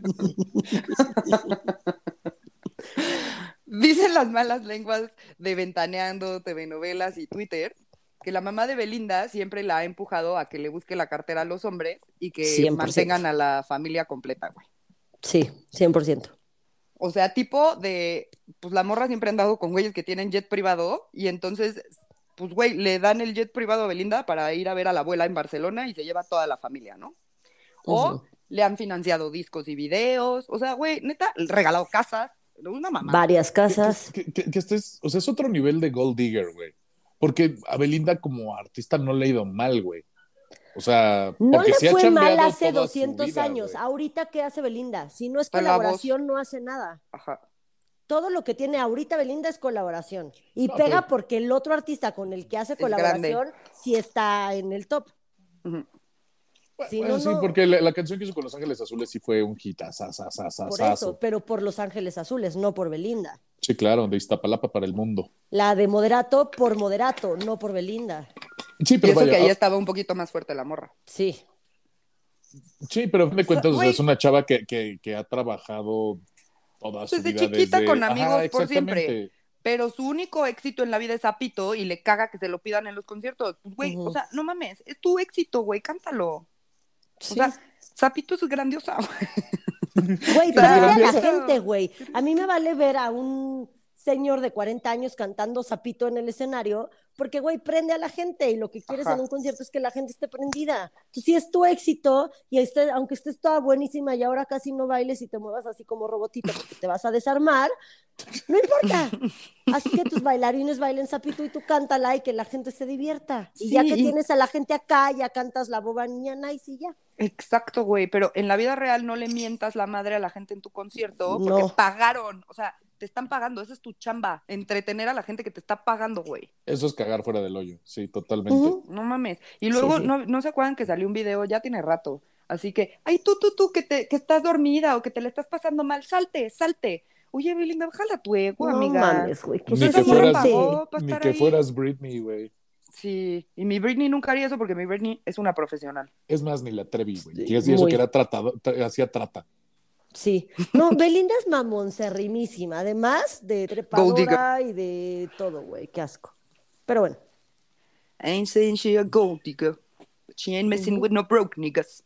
[SPEAKER 1] Dicen las malas lenguas de Ventaneando, TV Novelas y Twitter que la mamá de Belinda siempre la ha empujado a que le busque la cartera a los hombres y que
[SPEAKER 2] 100%.
[SPEAKER 1] mantengan a la familia completa, güey.
[SPEAKER 2] Sí, 100%.
[SPEAKER 1] O sea, tipo de, pues la morra siempre ha andado con güeyes que tienen jet privado y entonces, pues güey, le dan el jet privado a Belinda para ir a ver a la abuela en Barcelona y se lleva toda la familia, ¿no? O
[SPEAKER 2] Ujú.
[SPEAKER 1] le han financiado discos y videos, o sea, güey, neta, regalado casas, una mamá.
[SPEAKER 2] Varias casas.
[SPEAKER 3] que, que- que este es, o sea, es otro nivel de gold digger, güey. Porque a Belinda como artista no le ha ido mal, güey. O sea,
[SPEAKER 2] No
[SPEAKER 3] porque
[SPEAKER 2] le
[SPEAKER 3] sí ha
[SPEAKER 2] fue mal
[SPEAKER 3] chambeado
[SPEAKER 2] hace
[SPEAKER 3] toda su
[SPEAKER 2] 200
[SPEAKER 3] vida,
[SPEAKER 2] años. Ah,
[SPEAKER 3] güey.
[SPEAKER 2] Ahorita, ¿qué hace Belinda? Si no es
[SPEAKER 1] Pues la voz.
[SPEAKER 2] colaboración, no hace nada.
[SPEAKER 1] Ajá.
[SPEAKER 2] Todo lo que tiene ahorita Belinda es colaboración. Y
[SPEAKER 3] No,
[SPEAKER 2] pega
[SPEAKER 3] pero-
[SPEAKER 2] porque el otro artista con el que hace
[SPEAKER 1] Es grande.
[SPEAKER 2] colaboración sí está en el top.
[SPEAKER 1] Ujú.
[SPEAKER 2] Si
[SPEAKER 3] Bueno,
[SPEAKER 2] no,
[SPEAKER 3] sí,
[SPEAKER 2] no.
[SPEAKER 3] porque la, la canción que hizo con Los Ángeles Azules sí fue un hit. ah,
[SPEAKER 2] Por eso, pero por Los Ángeles Azules, no por Belinda.
[SPEAKER 3] Sí, claro, de Iztapalapa para el mundo.
[SPEAKER 2] La de Moderato por Moderato, no por Belinda.
[SPEAKER 3] Sí,
[SPEAKER 1] Y
[SPEAKER 3] pero
[SPEAKER 1] eso
[SPEAKER 3] vaya,
[SPEAKER 1] que ahí
[SPEAKER 3] ah,
[SPEAKER 1] estaba un poquito más fuerte la morra.
[SPEAKER 2] Sí.
[SPEAKER 3] sí, pero a fin de cuentas, o sea,
[SPEAKER 1] Güey.
[SPEAKER 3] es una chava que, que, que ha trabajado toda su
[SPEAKER 1] Desde
[SPEAKER 3] vida.
[SPEAKER 1] chiquita
[SPEAKER 3] desde-
[SPEAKER 1] con amigos
[SPEAKER 3] Ajá,
[SPEAKER 1] por siempre.
[SPEAKER 3] exactamente.
[SPEAKER 1] Pero su único éxito en la vida es Apito y le caga que se lo pidan en los conciertos. Pues, güey,
[SPEAKER 2] Ujú.
[SPEAKER 1] o sea, no mames, es tu éxito, güey, cántalo.
[SPEAKER 2] Sí.
[SPEAKER 1] O sea, Zapito es grandiosa.
[SPEAKER 2] Güey,
[SPEAKER 1] Claro.
[SPEAKER 2] pégale a la
[SPEAKER 1] Grandioso.
[SPEAKER 2] gente, güey. A mí me vale ver a un señor de 40 años cantando sapito en el escenario, porque, güey, prende a la gente y lo que quieres
[SPEAKER 1] Ajá.
[SPEAKER 2] en un concierto es que la gente esté prendida. Tú sí es tu éxito y este- aunque estés toda buenísima y ahora casi no bailes y te muevas así como robotito porque te vas a desarmar, no importa. Haz que tus bailarines bailen sapito y tú cántala y que la gente se divierta. Y ya
[SPEAKER 1] Sí,
[SPEAKER 2] que
[SPEAKER 1] y-
[SPEAKER 2] tienes a la gente acá, ya cantas la boba niña nice y ya.
[SPEAKER 1] Exacto, güey, pero en la vida real no le mientas la madre a la gente en tu concierto porque
[SPEAKER 2] No.
[SPEAKER 1] pagaron, o sea, te están pagando, esa es tu chamba, entretener a la gente que te está pagando, güey.
[SPEAKER 3] Eso es cagar fuera del hoyo. Sí, totalmente.
[SPEAKER 2] Ujú.
[SPEAKER 1] No mames. Y luego,
[SPEAKER 2] Sí, sí.
[SPEAKER 1] No, no se acuerdan que salió un video, ya tiene rato, Así que, ay, tú, tú, tú, que, te, que estás dormida o que te la estás pasando mal, salte, salte. Oye, Belinda, bájala tu ego,
[SPEAKER 2] No
[SPEAKER 1] amiga.
[SPEAKER 2] mames, güey. ¿qué
[SPEAKER 3] Ni
[SPEAKER 2] se
[SPEAKER 1] Esa
[SPEAKER 3] que
[SPEAKER 1] morra
[SPEAKER 3] fueras-
[SPEAKER 2] siente?
[SPEAKER 1] Pues pagó para
[SPEAKER 3] Ni
[SPEAKER 1] estar
[SPEAKER 3] que
[SPEAKER 1] ahí.
[SPEAKER 3] fueras Britney, güey.
[SPEAKER 1] Sí, y mi Britney nunca haría eso porque mi Britney es una profesional.
[SPEAKER 3] Es más, ni la Trevi, güey.
[SPEAKER 2] Sí,
[SPEAKER 3] Que hacía eso
[SPEAKER 2] muy.
[SPEAKER 3] que era tratado, tra- hacía trata.
[SPEAKER 2] Sí. No, Belinda es mamoncerrimísima, además de trepadora y de todo, güey. Qué asco. Pero bueno.
[SPEAKER 1] Ain't saying she a gold digger, but she ain't messing with no broke niggas.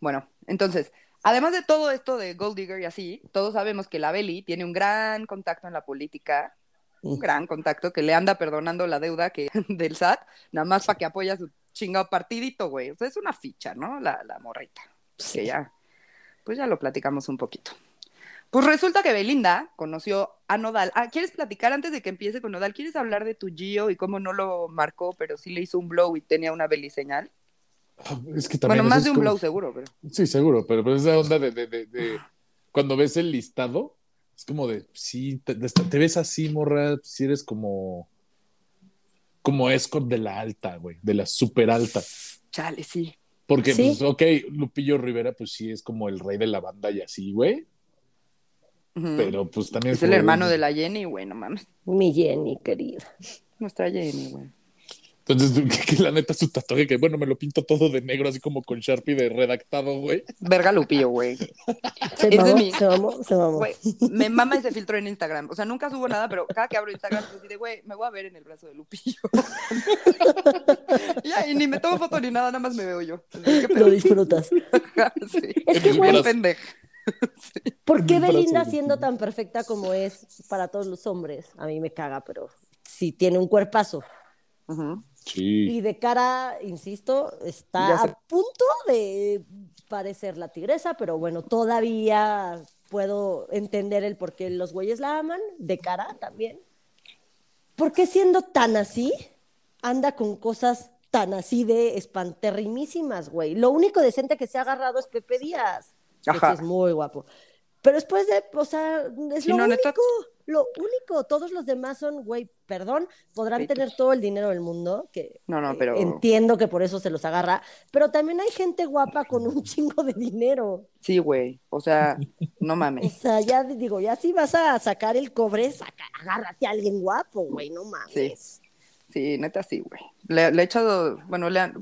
[SPEAKER 1] Bueno, entonces, además de todo esto de gold digger y así, todos sabemos que la Belly tiene un gran contacto en la política, un
[SPEAKER 2] Mm.
[SPEAKER 1] gran contacto que le anda perdonando la deuda que, del SAT, nada más para que apoya su chingado partidito, güey. O sea, es una ficha, ¿no? La, la morrita. Que ya, pues ya lo platicamos un poquito. Pues resulta que Belinda conoció a Nodal. Ah, ¿quieres platicar antes de que empiece con Nodal? ¿Quieres hablar de tu Gio y cómo no lo marcó, pero sí le hizo un blow y tenía una beliseñal?
[SPEAKER 3] Ah, Es que también
[SPEAKER 1] Bueno,
[SPEAKER 3] eso
[SPEAKER 1] más
[SPEAKER 3] es
[SPEAKER 1] de un
[SPEAKER 3] como-
[SPEAKER 1] blow seguro, pero.
[SPEAKER 3] Sí, seguro, pero, pero esa onda de, de- de- de- cuando ves el listado, es como de, sí, te, te ves así, morra, si eres como, como escort de la alta, güey, de la super alta.
[SPEAKER 1] Chale, sí.
[SPEAKER 3] Porque,
[SPEAKER 2] Sí.
[SPEAKER 3] pues, ok, Lupillo Rivera, pues sí, es como el rey de la banda y así, güey,
[SPEAKER 1] Ujú.
[SPEAKER 3] pero pues también...
[SPEAKER 1] Mm. es el
[SPEAKER 3] como-
[SPEAKER 1] hermano de la Jenny, güey, no mames.
[SPEAKER 2] Mi Jenny, querida.
[SPEAKER 1] Nuestra Jenny, güey.
[SPEAKER 3] Entonces, que, que la neta su tatuaje, que bueno, me lo pinto todo de negro, así como con Sharpie de redactado, güey.
[SPEAKER 1] Verga Lupillo, güey.
[SPEAKER 2] Se
[SPEAKER 1] Es de
[SPEAKER 2] mamó,
[SPEAKER 1] mí.
[SPEAKER 2] se mamó, se mamó.
[SPEAKER 1] Güey, me mama ese filtro en Instagram. O sea, nunca subo nada, pero cada que abro Instagram es así de, güey, me voy a ver en el brazo de Lupillo. ya, y ni me tomo foto ni nada, nada más me veo yo. Así que,
[SPEAKER 2] Lo
[SPEAKER 1] pero-
[SPEAKER 2] disfrutas.
[SPEAKER 1] sí.
[SPEAKER 2] Es que,
[SPEAKER 3] El
[SPEAKER 2] güey,
[SPEAKER 3] brazo.
[SPEAKER 1] pendeja.
[SPEAKER 2] ¿por qué
[SPEAKER 3] Un brazo
[SPEAKER 2] Belinda
[SPEAKER 3] de
[SPEAKER 2] siendo tan perfecta como es para todos los hombres? A mí me caga, pero sí tiene un cuerpazo.
[SPEAKER 3] Sí.
[SPEAKER 2] Y de cara, insisto,
[SPEAKER 1] Ya
[SPEAKER 2] está
[SPEAKER 1] sé.
[SPEAKER 2] a punto de parecer la tigresa, pero bueno, todavía puedo entender el por qué los güeyes la aman, de cara también. ¿Por qué siendo tan así, anda con cosas tan así de espanterrimísimas, güey? Lo único decente que se ha agarrado es Pepe Díaz, que sí
[SPEAKER 1] Ajá.
[SPEAKER 2] es muy guapo. Pero después de, o sea, es
[SPEAKER 1] Sí,
[SPEAKER 2] lo
[SPEAKER 1] no,
[SPEAKER 2] único,
[SPEAKER 1] neta.
[SPEAKER 2] lo único. Todos los demás son, güey, perdón, podrán
[SPEAKER 1] Haters.
[SPEAKER 2] tener todo el dinero del mundo, que
[SPEAKER 1] No, no,
[SPEAKER 2] eh,
[SPEAKER 1] pero-
[SPEAKER 2] entiendo que por eso se los agarra, pero también hay gente guapa con un chingo de dinero.
[SPEAKER 1] Sí, güey. O sea, no
[SPEAKER 2] O
[SPEAKER 1] mames.
[SPEAKER 2] sea, ya di- digo, ya si vas a sacar el cobre, saca, agárrate a alguien guapo, güey, no mames.
[SPEAKER 1] Sí, neta, sí, güey. Le, le he echado, bueno, le han,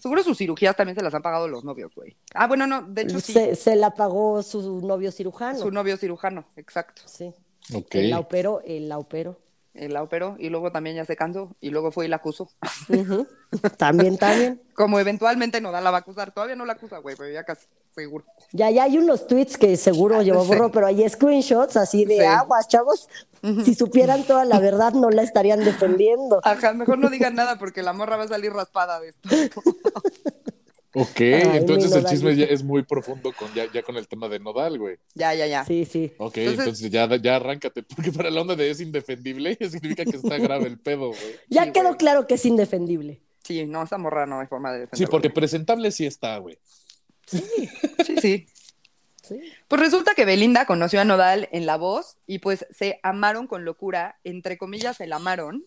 [SPEAKER 1] seguro sus cirugías también se las han pagado los novios, güey. Ah, bueno, no, de hecho sí,
[SPEAKER 2] Se, se la pagó su novio cirujano.
[SPEAKER 1] su novio cirujano, exacto.
[SPEAKER 2] Sí,
[SPEAKER 3] Ok.
[SPEAKER 2] él la operó, él la operó.
[SPEAKER 1] Él la operó y luego también ya se cansó y luego fue y la acusó.
[SPEAKER 2] Ujú. También, también.
[SPEAKER 1] Como eventualmente no da la va a acusar. Todavía no la acusa, güey, pero ya casi, seguro.
[SPEAKER 2] Ya, ya hay unos tweets que seguro llevó
[SPEAKER 1] Sí.
[SPEAKER 2] borro, pero hay screenshots así de
[SPEAKER 1] Sí.
[SPEAKER 2] aguas, chavos. Si supieran toda la verdad, no la estarían defendiendo.
[SPEAKER 1] Ajá, mejor no digan nada porque la morra va a salir raspada de esto.
[SPEAKER 3] Ok,
[SPEAKER 2] Ay,
[SPEAKER 3] entonces
[SPEAKER 2] mi
[SPEAKER 3] el chisme
[SPEAKER 2] Nodalito.
[SPEAKER 3] ya es muy profundo con ya, ya con el tema de Nodal, güey.
[SPEAKER 1] Ya, ya, ya.
[SPEAKER 2] Sí, sí.
[SPEAKER 3] Ok,
[SPEAKER 1] Entonces-
[SPEAKER 3] entonces, ya, ya arráncate, porque para la onda de es indefendible significa que está grave el pedo, güey.
[SPEAKER 2] Ya
[SPEAKER 1] Sí,
[SPEAKER 2] quedó
[SPEAKER 1] güey.
[SPEAKER 2] claro que es indefendible.
[SPEAKER 1] Sí, no, esa morra no hay forma de
[SPEAKER 3] Sí,
[SPEAKER 1] defenderla.
[SPEAKER 3] porque pues, presentable sí está, güey.
[SPEAKER 1] Sí, sí.
[SPEAKER 2] Sí.
[SPEAKER 1] Pues resulta que Belinda conoció a Nodal en La Voz y pues se amaron con locura, entre comillas se la amaron,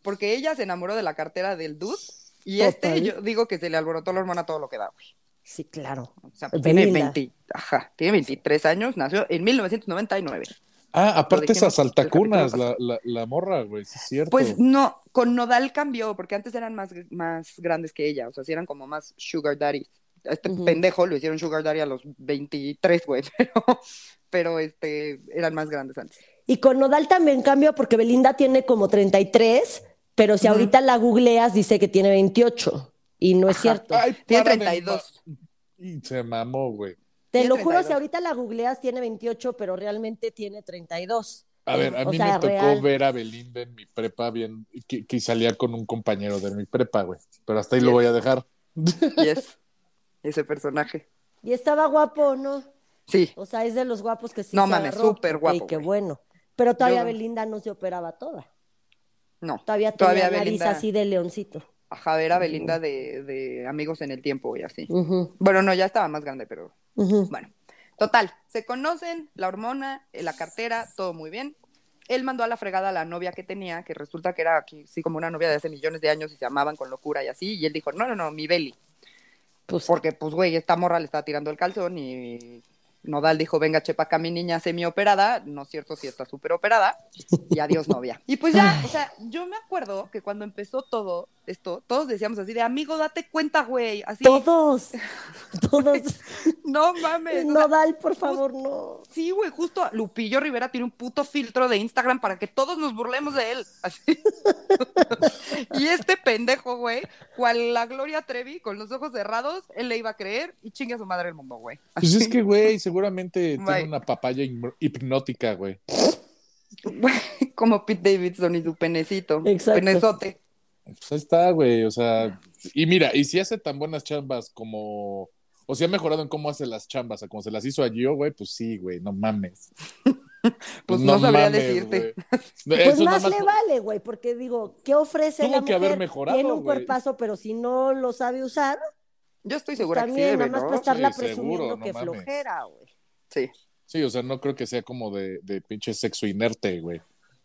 [SPEAKER 1] porque ella se enamoró de la cartera del dude y este
[SPEAKER 2] Total.
[SPEAKER 1] yo digo que se le alborotó la hormona todo lo que da, güey.
[SPEAKER 2] Sí, claro.
[SPEAKER 1] O sea, pues,
[SPEAKER 2] Belinda.
[SPEAKER 1] tiene 20, ajá, tiene 23 años, nació en 1999.
[SPEAKER 3] Ah, aparte
[SPEAKER 1] dijimos
[SPEAKER 3] esas saltacunas,
[SPEAKER 1] el
[SPEAKER 3] la, la, la morra, güey, sí es cierto.
[SPEAKER 1] Pues no, con Nodal cambió, porque antes eran más, más grandes que ella, o sea, sí eran como más sugar daddies. A Este
[SPEAKER 2] Ujú.
[SPEAKER 1] pendejo lo hicieron sugar daddy a los 23, güey, pero, pero este, eran más grandes antes.
[SPEAKER 2] Y con Nodal también cambió porque Belinda tiene como 33, pero si
[SPEAKER 1] Ujú.
[SPEAKER 2] ahorita la googleas dice que tiene 28 y no es
[SPEAKER 1] Ajá.
[SPEAKER 2] cierto.
[SPEAKER 3] Ay,
[SPEAKER 1] Tiene
[SPEAKER 3] para de
[SPEAKER 1] 32.
[SPEAKER 3] ma- Y se mamó, güey.
[SPEAKER 2] Te
[SPEAKER 1] tiene
[SPEAKER 2] lo juro,
[SPEAKER 1] 32.
[SPEAKER 2] si ahorita la googleas tiene 28, pero realmente tiene 32.
[SPEAKER 3] A ver, a
[SPEAKER 2] O
[SPEAKER 3] mí
[SPEAKER 2] sea,
[SPEAKER 3] me tocó
[SPEAKER 2] real.
[SPEAKER 3] ver a Belinda en mi prepa bien, que, que salía con un compañero de mi prepa, güey. Pero hasta ahí lo
[SPEAKER 1] Yes.
[SPEAKER 3] voy a dejar.
[SPEAKER 1] Yes. Ese personaje.
[SPEAKER 2] Y estaba guapo, ¿no?
[SPEAKER 1] Sí.
[SPEAKER 2] O sea, es de los guapos que sí
[SPEAKER 1] No
[SPEAKER 2] se
[SPEAKER 1] mames,
[SPEAKER 2] agarró.
[SPEAKER 1] súper
[SPEAKER 2] Ok,
[SPEAKER 1] guapo,
[SPEAKER 2] qué
[SPEAKER 1] güey.
[SPEAKER 2] bueno. Pero todavía
[SPEAKER 1] Yo-
[SPEAKER 2] Belinda no se operaba toda.
[SPEAKER 1] No.
[SPEAKER 2] Todavía tenía
[SPEAKER 1] Todavía
[SPEAKER 2] nariz
[SPEAKER 1] Belinda.
[SPEAKER 2] así de leoncito.
[SPEAKER 1] Ajá, era Belinda de, de Amigos en el Tiempo y así.
[SPEAKER 2] Ujú,
[SPEAKER 1] Bueno, no, ya estaba más grande, pero
[SPEAKER 2] ujú.
[SPEAKER 1] bueno. Total, se conocen, la hormona, eh, la cartera, todo muy bien. Él mandó a la fregada a la novia que tenía, que resulta que era aquí, sí, como una novia de hace millones de años y se amaban con locura y así. Y él dijo, no, no, no, mi Beli.
[SPEAKER 2] Pues,
[SPEAKER 1] Porque, pues, güey, esta morra le estaba tirando el calzón y Nodal dijo, venga, chepa acá mi niña semioperada. No es cierto, si está súper operada. Y adiós, novia. Y pues ya, o sea, yo me acuerdo que cuando empezó todo esto, todos decíamos así de, amigo, date cuenta, güey. Así,
[SPEAKER 2] todos, todos.
[SPEAKER 1] no mames. o pues, sea, pues,
[SPEAKER 2] Nodal, por favor, no.
[SPEAKER 1] Sí, güey, justo Lupillo Rivera tiene un puto filtro de Instagram para que todos nos burlemos de él. Así. y este pendejo, güey, cual la Gloria Trevi, con los ojos cerrados, él le iba a creer y chingue a su madre el mundo, güey.
[SPEAKER 3] Pues es que, güey, seguramente
[SPEAKER 1] Bye.
[SPEAKER 3] tiene una papaya hipno- hipnótica, güey.
[SPEAKER 1] Güey, Como Pete Davidson y su penecito.
[SPEAKER 2] Exacto.
[SPEAKER 1] Penezote.
[SPEAKER 3] Pues ahí está, güey, o sea, y mira, y si hace tan buenas chambas como, o si ha mejorado en cómo hace las chambas, o como se las hizo a Gio, güey, pues sí, güey, no mames.
[SPEAKER 1] Pues no sabría decirte.
[SPEAKER 3] güey.
[SPEAKER 2] Pues
[SPEAKER 3] Eso nada
[SPEAKER 2] más le vale, güey, porque digo, ¿qué ofrece
[SPEAKER 3] Tuvo
[SPEAKER 2] la
[SPEAKER 3] que
[SPEAKER 2] mujer?
[SPEAKER 3] haber mejorado,
[SPEAKER 2] Tiene un
[SPEAKER 3] güey.
[SPEAKER 2] cuerpazo, pero si no lo sabe usar,
[SPEAKER 1] Yo estoy
[SPEAKER 2] pues
[SPEAKER 1] segura que sí
[SPEAKER 2] también,
[SPEAKER 1] debe,
[SPEAKER 2] nada más
[SPEAKER 1] ¿no?
[SPEAKER 2] para estarla
[SPEAKER 3] Sí,
[SPEAKER 2] presumiendo
[SPEAKER 3] seguro, no
[SPEAKER 2] que
[SPEAKER 3] mames.
[SPEAKER 2] flojera, güey.
[SPEAKER 1] Sí.
[SPEAKER 3] Sí, o sea, no creo que sea como de, de pinche sexo inerte, güey.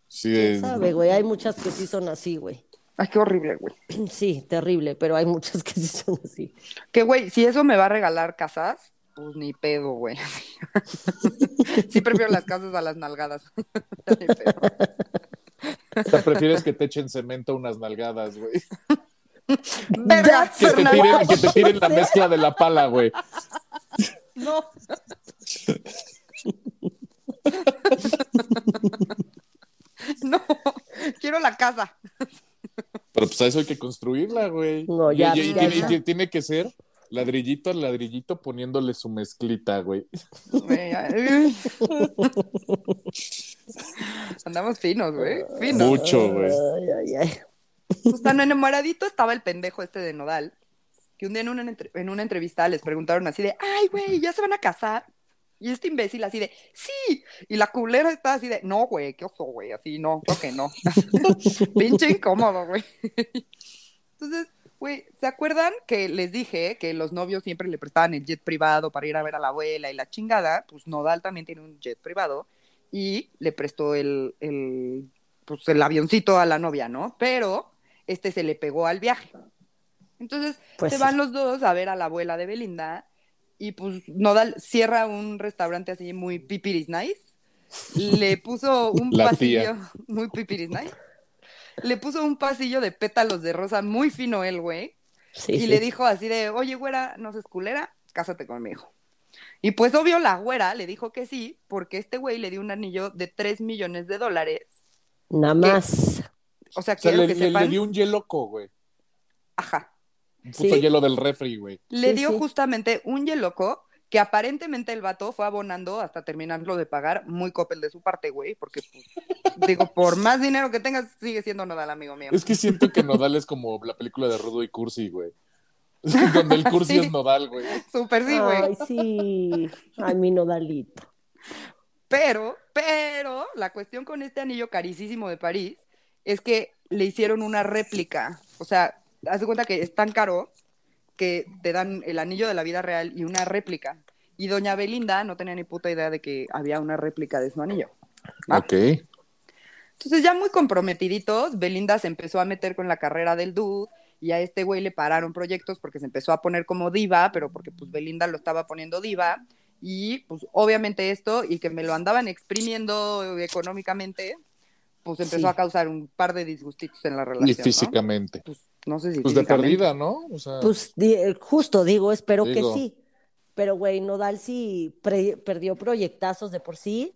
[SPEAKER 3] Sí, de-
[SPEAKER 2] Sabe, güey, hay muchas que sí son así, güey.
[SPEAKER 1] Ay, qué horrible, güey.
[SPEAKER 2] Sí, terrible, pero hay muchas que sí son así.
[SPEAKER 1] Que, güey, si eso me va a regalar casas, pues ni pedo, güey. sí prefiero las casas a las nalgadas. Ni pedo.
[SPEAKER 3] o sea, prefieres que te echen cemento unas nalgadas, güey.
[SPEAKER 1] Verga,
[SPEAKER 3] Que te
[SPEAKER 1] Fernanda.
[SPEAKER 3] tiren, que te tiren la mezcla de la pala, güey.
[SPEAKER 1] No. No, quiero la casa.
[SPEAKER 3] Pero pues a eso hay que construirla, güey.
[SPEAKER 2] No, ya,
[SPEAKER 3] Y, y- y
[SPEAKER 1] ya,
[SPEAKER 3] tiene,
[SPEAKER 1] ya.
[SPEAKER 3] y tiene que ser ladrillito al ladrillito poniéndole su mezclita, güey.
[SPEAKER 1] Güey, ay. Andamos finos, güey. Finos.
[SPEAKER 3] Mucho, güey.
[SPEAKER 2] Ay, ay, ay.
[SPEAKER 1] Pues tan enamoradito estaba el pendejo este de Nodal, que un día en una, entre- en una entrevista les preguntaron así de, ay, güey, ¿ya se van a casar? Y este imbécil así de, sí. Y la culera está así de, no, güey, qué oso, güey, así, no, creo que no. Pinche incómodo, güey. Entonces, güey, ¿se acuerdan que les dije que los novios siempre le prestaban el jet privado para ir a ver a la abuela y la chingada? Pues Nodal también tiene un jet privado y le prestó el, el, pues, el avioncito a la novia, ¿no? Pero este se le pegó al viaje. Entonces,
[SPEAKER 2] Pues
[SPEAKER 1] se
[SPEAKER 2] sí.
[SPEAKER 1] van los dos a ver a la abuela de Belinda y pues Nodal cierra un restaurante así muy pipiris nice. Le puso un
[SPEAKER 3] La
[SPEAKER 1] pasillo muy pipiris nice. Le puso un pasillo de pétalos de rosa muy fino el güey
[SPEAKER 2] Sí,
[SPEAKER 1] y
[SPEAKER 2] sí.
[SPEAKER 1] le dijo así de, oye, güera, no seas culera, cásate conmigo. Y pues obvio la güera le dijo que sí, porque este güey le dio un anillo de 3 millones de dólares.
[SPEAKER 2] Nada más.
[SPEAKER 1] O sea,
[SPEAKER 3] O sea,
[SPEAKER 1] quiero
[SPEAKER 3] le,
[SPEAKER 1] que
[SPEAKER 3] le-
[SPEAKER 1] sepan,
[SPEAKER 3] le dio un loco, güey.
[SPEAKER 1] ajá,
[SPEAKER 3] Un puto
[SPEAKER 2] Sí.
[SPEAKER 3] hielo del refri, güey.
[SPEAKER 1] le
[SPEAKER 2] Sí,
[SPEAKER 1] dio
[SPEAKER 2] sí.
[SPEAKER 1] justamente un yeloco que aparentemente el vato fue abonando hasta terminarlo de pagar, muy copel de su parte, güey, porque pues, digo, por más dinero que tengas, sigue siendo nodal, amigo mío.
[SPEAKER 3] Es que siento que Nodal es como la película de Rudo y Cursi, güey. Donde el Cursi
[SPEAKER 1] Sí.
[SPEAKER 3] es Nodal, güey.
[SPEAKER 1] Súper sí, güey.
[SPEAKER 2] Ay, sí. Ay, mi nodalito.
[SPEAKER 1] Pero, pero, la cuestión con este anillo carísimo de París es que le hicieron una réplica. O sea, haz de cuenta que es tan caro que te dan el anillo de la vida real y una réplica. Y doña Belinda no tenía ni puta idea de que había una réplica de su anillo. Ah.
[SPEAKER 3] Ok.
[SPEAKER 1] Entonces, ya muy comprometiditos, Belinda se empezó a meter con la carrera del dude y a este güey le pararon proyectos porque se empezó a poner como diva, pero porque pues Belinda lo estaba poniendo diva y pues obviamente esto y que me lo andaban exprimiendo económicamente, pues empezó
[SPEAKER 2] Sí.
[SPEAKER 1] a causar un par de disgustitos en la relación.
[SPEAKER 3] Y
[SPEAKER 1] ¿no?
[SPEAKER 3] físicamente.
[SPEAKER 1] Pues no sé si
[SPEAKER 3] Pues de
[SPEAKER 1] físicamente.
[SPEAKER 3] perdida, ¿no? O sea,
[SPEAKER 2] Pues di- eh, justo digo, espero
[SPEAKER 3] Digo.
[SPEAKER 2] que sí. Pero, güey, Nodal sí pre- perdió proyectazos de por sí.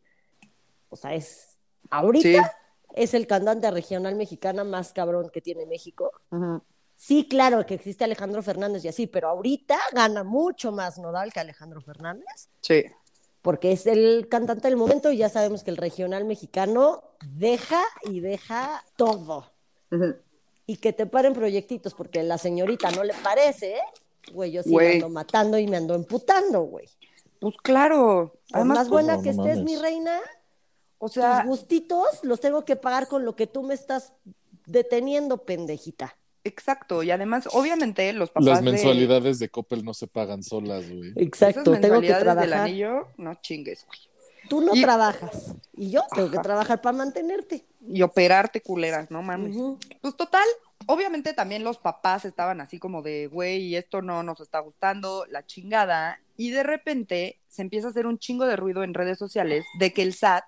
[SPEAKER 2] O sea, es. Ahorita
[SPEAKER 1] Sí.
[SPEAKER 2] es el cantante regional mexicana más cabrón que tiene México.
[SPEAKER 1] Ujú.
[SPEAKER 2] Sí, claro que existe Alejandro Fernández y así, pero ahorita gana mucho más Nodal que Alejandro Fernández,
[SPEAKER 1] Sí.
[SPEAKER 2] porque es el cantante del momento y ya sabemos que el regional mexicano deja y deja todo.
[SPEAKER 1] Ujú.
[SPEAKER 2] Y que te paren proyectitos porque a la señorita no le parece, ¿eh? güey, yo sí
[SPEAKER 1] Güey.
[SPEAKER 2] me ando matando y me ando emputando, güey.
[SPEAKER 1] Pues claro.
[SPEAKER 2] Por
[SPEAKER 1] Además,
[SPEAKER 2] más buena
[SPEAKER 3] no
[SPEAKER 2] que estés,
[SPEAKER 3] mames.
[SPEAKER 2] mi reina,
[SPEAKER 1] o sea,
[SPEAKER 2] tus gustitos los tengo que pagar con lo que tú me estás deteniendo, pendejita.
[SPEAKER 1] exacto. Y además, obviamente, los papás
[SPEAKER 3] las
[SPEAKER 1] de-
[SPEAKER 3] mensualidades de Coppel no se pagan solas, güey.
[SPEAKER 2] Exacto,
[SPEAKER 1] esas
[SPEAKER 2] tengo que
[SPEAKER 1] mensualidades del
[SPEAKER 2] trabajar.
[SPEAKER 1] anillo, no chingues, güey.
[SPEAKER 2] Tú no
[SPEAKER 1] Y-
[SPEAKER 2] trabajas y yo tengo que
[SPEAKER 1] Ajá.
[SPEAKER 2] trabajar para mantenerte.
[SPEAKER 1] y operarte culeras, no mames.
[SPEAKER 2] Ujú.
[SPEAKER 1] Pues total, obviamente también los papás estaban así como de, güey, esto no nos está gustando, la chingada. Y de repente se empieza a hacer un chingo de ruido en redes sociales de que el SAT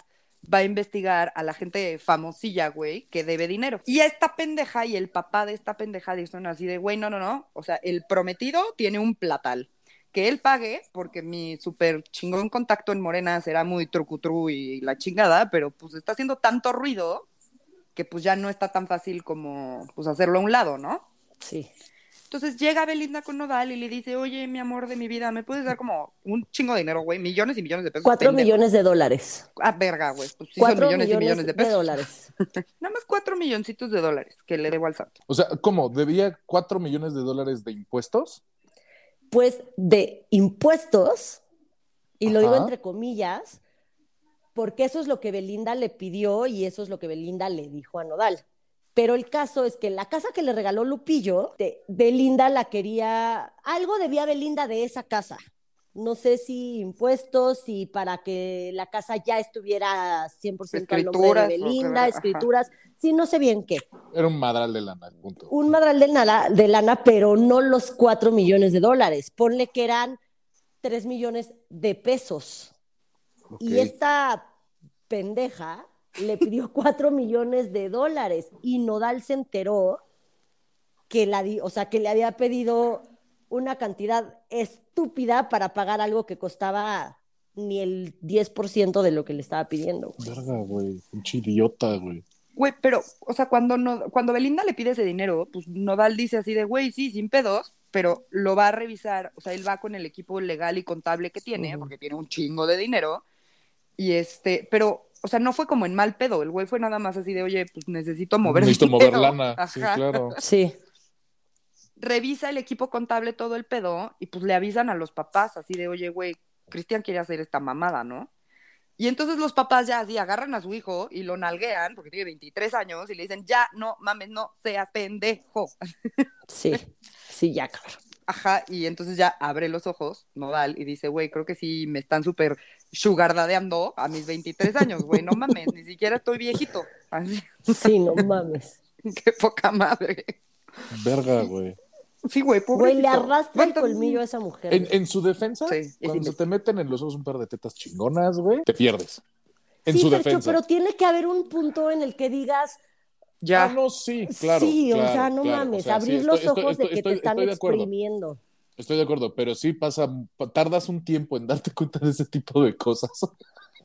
[SPEAKER 1] va a investigar a la gente famosilla, güey, que debe dinero. Y esta pendeja y el papá de esta pendeja dicen así de, güey, no, no, no. O sea, el prometido tiene un platal. Que él pague, porque mi súper chingón contacto en Morena será muy trucutru y la chingada, pero pues está haciendo tanto ruido que pues ya no está tan fácil como pues hacerlo a un lado, ¿no?
[SPEAKER 2] Sí.
[SPEAKER 1] Entonces llega Belinda con Nodal y le dice, oye, mi amor de mi vida, ¿me puedes dar como un chingo de dinero, güey? Millones y millones de pesos.
[SPEAKER 2] Cuatro
[SPEAKER 1] pendejo".
[SPEAKER 2] millones de dólares.
[SPEAKER 1] Ah, verga, güey. Pues sí, son
[SPEAKER 2] Cuatro
[SPEAKER 1] millones, y millones de pesos.
[SPEAKER 2] dólares.
[SPEAKER 1] Nada más cuatro milloncitos de dólares que le debo al SAT.
[SPEAKER 3] O sea, ¿cómo? ¿Debía 4 millones de dólares de impuestos?
[SPEAKER 2] Pues de impuestos, y lo digo
[SPEAKER 3] Ajá.
[SPEAKER 2] entre comillas, porque eso es lo que Belinda le pidió y eso es lo que Belinda le dijo a Nodal. Pero el caso es que la casa que le regaló Lupillo, de- Belinda la quería, algo debía Belinda de esa casa. No sé si impuestos, si para que la casa ya estuviera 100% al nombre de
[SPEAKER 1] Escrituras, o qué
[SPEAKER 2] Belinda,
[SPEAKER 1] verga, ajá.
[SPEAKER 2] escrituras, sí, no sé bien qué
[SPEAKER 3] Era un madral de lana, punto.
[SPEAKER 2] un madral de lana, de lana, pero no los 4 millones de dólares. Ponle que eran 3 millones de pesos.
[SPEAKER 3] Ok.
[SPEAKER 2] Y esta pendeja le pidió 4 millones de dólares y Nodal se enteró que, la di- o sea, que le había pedido una cantidad estúpida para pagar algo que costaba ni el 10% de lo que le estaba pidiendo.
[SPEAKER 3] Verga, güey. Pinche idiota, güey.
[SPEAKER 1] Güey, pero, o sea, cuando, no, cuando Belinda le pide ese dinero, pues Nodal dice así de, güey, sí, sin pedos, pero lo va a revisar, o sea, él va con el equipo legal y contable que tiene,
[SPEAKER 2] Ujú.
[SPEAKER 1] porque tiene un chingo de dinero, y este, pero, o sea, no fue como en mal pedo, el güey fue nada más así de, oye, pues necesito mover
[SPEAKER 3] Necesito mover
[SPEAKER 1] dinero".
[SPEAKER 3] lana.
[SPEAKER 1] Ajá.
[SPEAKER 3] Sí, claro.
[SPEAKER 2] Sí.
[SPEAKER 1] Revisa el equipo contable todo el pedo, y pues le avisan a los papás así de, oye, güey, Cristian quiere hacer esta mamada, ¿no? Y entonces los papás ya así agarran a su hijo y lo nalguean, porque tiene 23 años, y le dicen, ya, no mames, no seas pendejo.
[SPEAKER 2] Sí, sí, ya, cabrón.
[SPEAKER 1] Ajá, y entonces ya abre los ojos, Nodal, y dice, güey, creo que sí me están súper sugardadeando a mis 23 años, güey, no mames, ni siquiera estoy viejito. Así,
[SPEAKER 2] Sí, no mames.
[SPEAKER 1] qué poca madre.
[SPEAKER 3] Verga, güey.
[SPEAKER 1] Sí, güey,
[SPEAKER 2] Güey, le
[SPEAKER 1] pobrecito.
[SPEAKER 2] arrastra el
[SPEAKER 1] ¿Cuántas-
[SPEAKER 2] colmillo a esa mujer.
[SPEAKER 3] En, en su defensa,
[SPEAKER 1] Sí, es
[SPEAKER 3] cuando se
[SPEAKER 1] imbécil.
[SPEAKER 3] te meten en los ojos un par de tetas chingonas, güey, te pierdes. En
[SPEAKER 2] sí,
[SPEAKER 3] su
[SPEAKER 2] Fercho,
[SPEAKER 3] defensa.
[SPEAKER 2] pero tiene que haber un punto en el que digas,
[SPEAKER 1] Ya.
[SPEAKER 3] Ah, no, sí, claro.
[SPEAKER 2] sí, o
[SPEAKER 3] claro,
[SPEAKER 2] sea, no
[SPEAKER 3] claro.
[SPEAKER 2] mames,
[SPEAKER 3] O sea, sí,
[SPEAKER 2] abrir
[SPEAKER 3] estoy-
[SPEAKER 2] los
[SPEAKER 3] estoy-
[SPEAKER 2] ojos de
[SPEAKER 3] estoy-
[SPEAKER 2] que
[SPEAKER 3] estoy-
[SPEAKER 2] te están
[SPEAKER 3] estoy de acuerdo.
[SPEAKER 2] exprimiendo.
[SPEAKER 3] Estoy de acuerdo, pero sí pasa, tardas un tiempo en darte cuenta de ese tipo de cosas.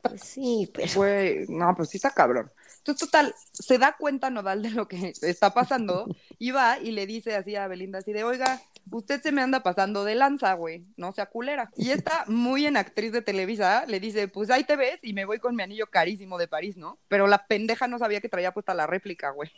[SPEAKER 2] Pues sí, pero
[SPEAKER 1] Güey, no, pues sí está cabrón. Entonces, total, se da cuenta Nodal de lo que está pasando y va y le dice así a Belinda, así de, oiga, usted se me anda pasando de lanza, güey, no sea culera. Y esta muy en actriz de Televisa le dice, pues ahí te ves y me voy con mi anillo carísimo de París, ¿no? Pero la pendeja no sabía que traía puesta la réplica, güey.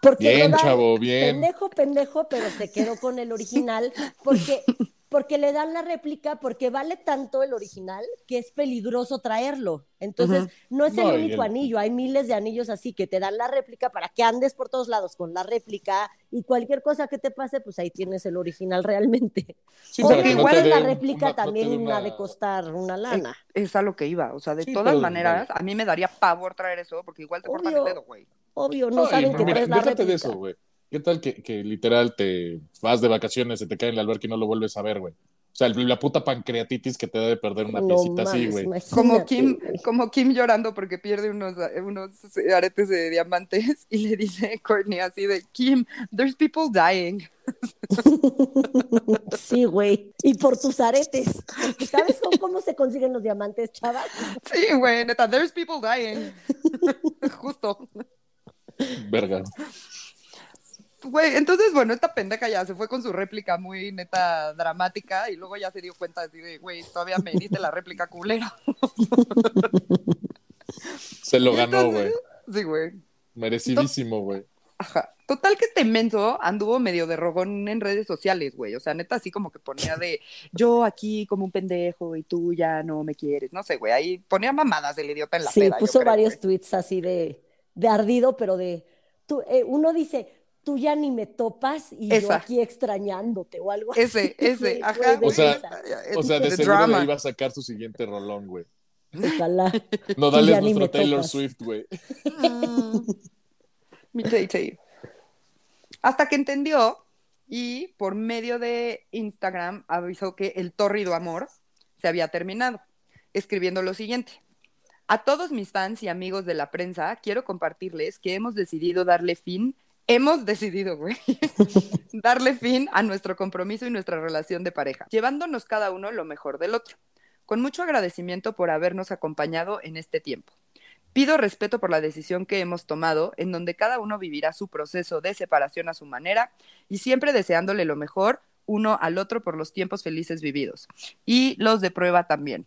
[SPEAKER 2] porque
[SPEAKER 3] Bien,
[SPEAKER 2] Nodal,
[SPEAKER 3] chavo, bien.
[SPEAKER 2] pendejo, pendejo, pero se quedó con el original porque porque le dan la réplica porque vale tanto el original que es peligroso traerlo. Entonces,
[SPEAKER 1] Ujú.
[SPEAKER 2] no es el
[SPEAKER 3] No, y
[SPEAKER 2] único
[SPEAKER 3] el-
[SPEAKER 2] anillo, hay miles de anillos así que te dan la réplica para que andes por todos lados con la réplica y cualquier cosa que te pase, pues ahí tienes el original realmente.
[SPEAKER 3] Sí,
[SPEAKER 1] Porque
[SPEAKER 3] para que no
[SPEAKER 1] igual
[SPEAKER 3] te
[SPEAKER 1] en
[SPEAKER 2] la
[SPEAKER 3] dé un-
[SPEAKER 2] réplica
[SPEAKER 3] una- Eh, no te
[SPEAKER 2] también
[SPEAKER 3] dé
[SPEAKER 2] una... de costar una lana.
[SPEAKER 1] Es a lo que iba, o sea, de
[SPEAKER 3] Sí,
[SPEAKER 1] todas
[SPEAKER 3] pero-
[SPEAKER 1] maneras, a mí me daría pavor traer eso porque igual te cortan el
[SPEAKER 2] Obvio.
[SPEAKER 1] dedo, güey.
[SPEAKER 2] Obvio, no,
[SPEAKER 3] y
[SPEAKER 2] saben que
[SPEAKER 3] mira,
[SPEAKER 2] traes la
[SPEAKER 3] déjate
[SPEAKER 2] réplica.
[SPEAKER 3] de eso, güey. ¿Qué tal que, que literal te vas de vacaciones, se te cae en la alberca y no lo vuelves a ver, güey? O sea, el- la puta pancreatitis que te da de perder una
[SPEAKER 2] No
[SPEAKER 3] piecita así,
[SPEAKER 2] mames,
[SPEAKER 3] güey.
[SPEAKER 2] imagínate,
[SPEAKER 1] Como Kim,
[SPEAKER 2] güey.
[SPEAKER 1] como Kim llorando porque pierde unos, unos aretes de diamantes y le dice Courtney así de Kim, there's people dying.
[SPEAKER 2] Sí, güey. Y por tus aretes. Porque, ¿Sabes cómo, cómo se consiguen los diamantes, chaval?
[SPEAKER 1] Sí, güey, neta, there's people dying. Justo.
[SPEAKER 3] Verga.
[SPEAKER 1] Güey, entonces, bueno, esta pendeja ya se fue con su réplica muy neta dramática y luego ya se dio cuenta así de, güey, todavía me diste la réplica culera.
[SPEAKER 3] Se lo ganó,
[SPEAKER 1] Entonces-
[SPEAKER 3] güey.
[SPEAKER 1] Sí, güey.
[SPEAKER 3] Merecidísimo, güey.
[SPEAKER 1] Ajá. Total que este menso anduvo medio de rogón en redes sociales, güey. O sea, neta, así como que ponía de yo aquí como un pendejo y tú ya no me quieres. No sé, güey. Ahí ponía mamadas el idiota en la
[SPEAKER 2] Sí,
[SPEAKER 1] peda, yo
[SPEAKER 2] puso
[SPEAKER 1] creo,
[SPEAKER 2] varios
[SPEAKER 1] güey.
[SPEAKER 2] tweets así de, de ardido, pero de. Tú, eh, uno dice, tú ya ni me topas y yo
[SPEAKER 1] Esa.
[SPEAKER 2] aquí extrañándote o algo así.
[SPEAKER 1] Ese, ese,
[SPEAKER 2] Güey,
[SPEAKER 1] ajá,
[SPEAKER 2] güey,
[SPEAKER 1] güey.
[SPEAKER 3] O sea,
[SPEAKER 2] esa.
[SPEAKER 3] O sea, de
[SPEAKER 1] The
[SPEAKER 3] seguro
[SPEAKER 1] drama.
[SPEAKER 3] le iba a sacar su siguiente rolón, güey.
[SPEAKER 2] Ojalá.
[SPEAKER 3] No,
[SPEAKER 2] ya
[SPEAKER 3] dale
[SPEAKER 2] ni me
[SPEAKER 3] nuestro Taylor
[SPEAKER 2] tocas.
[SPEAKER 3] Swift, güey.
[SPEAKER 1] Mm. Mi Tay Tay. Hasta que entendió y por medio de Instagram avisó que el tórrido amor se había terminado, escribiendo lo siguiente. A todos mis fans y amigos de la prensa, quiero compartirles que hemos decidido darle fin, hemos decidido, güey, darle fin a nuestro compromiso y nuestra relación de pareja, llevándonos cada uno lo mejor del otro. Con mucho agradecimiento por habernos acompañado en este tiempo. Pido respeto por la decisión que hemos tomado, en donde cada uno vivirá su proceso de separación a su manera y siempre deseándole lo mejor uno al otro por los tiempos felices vividos y los de prueba también.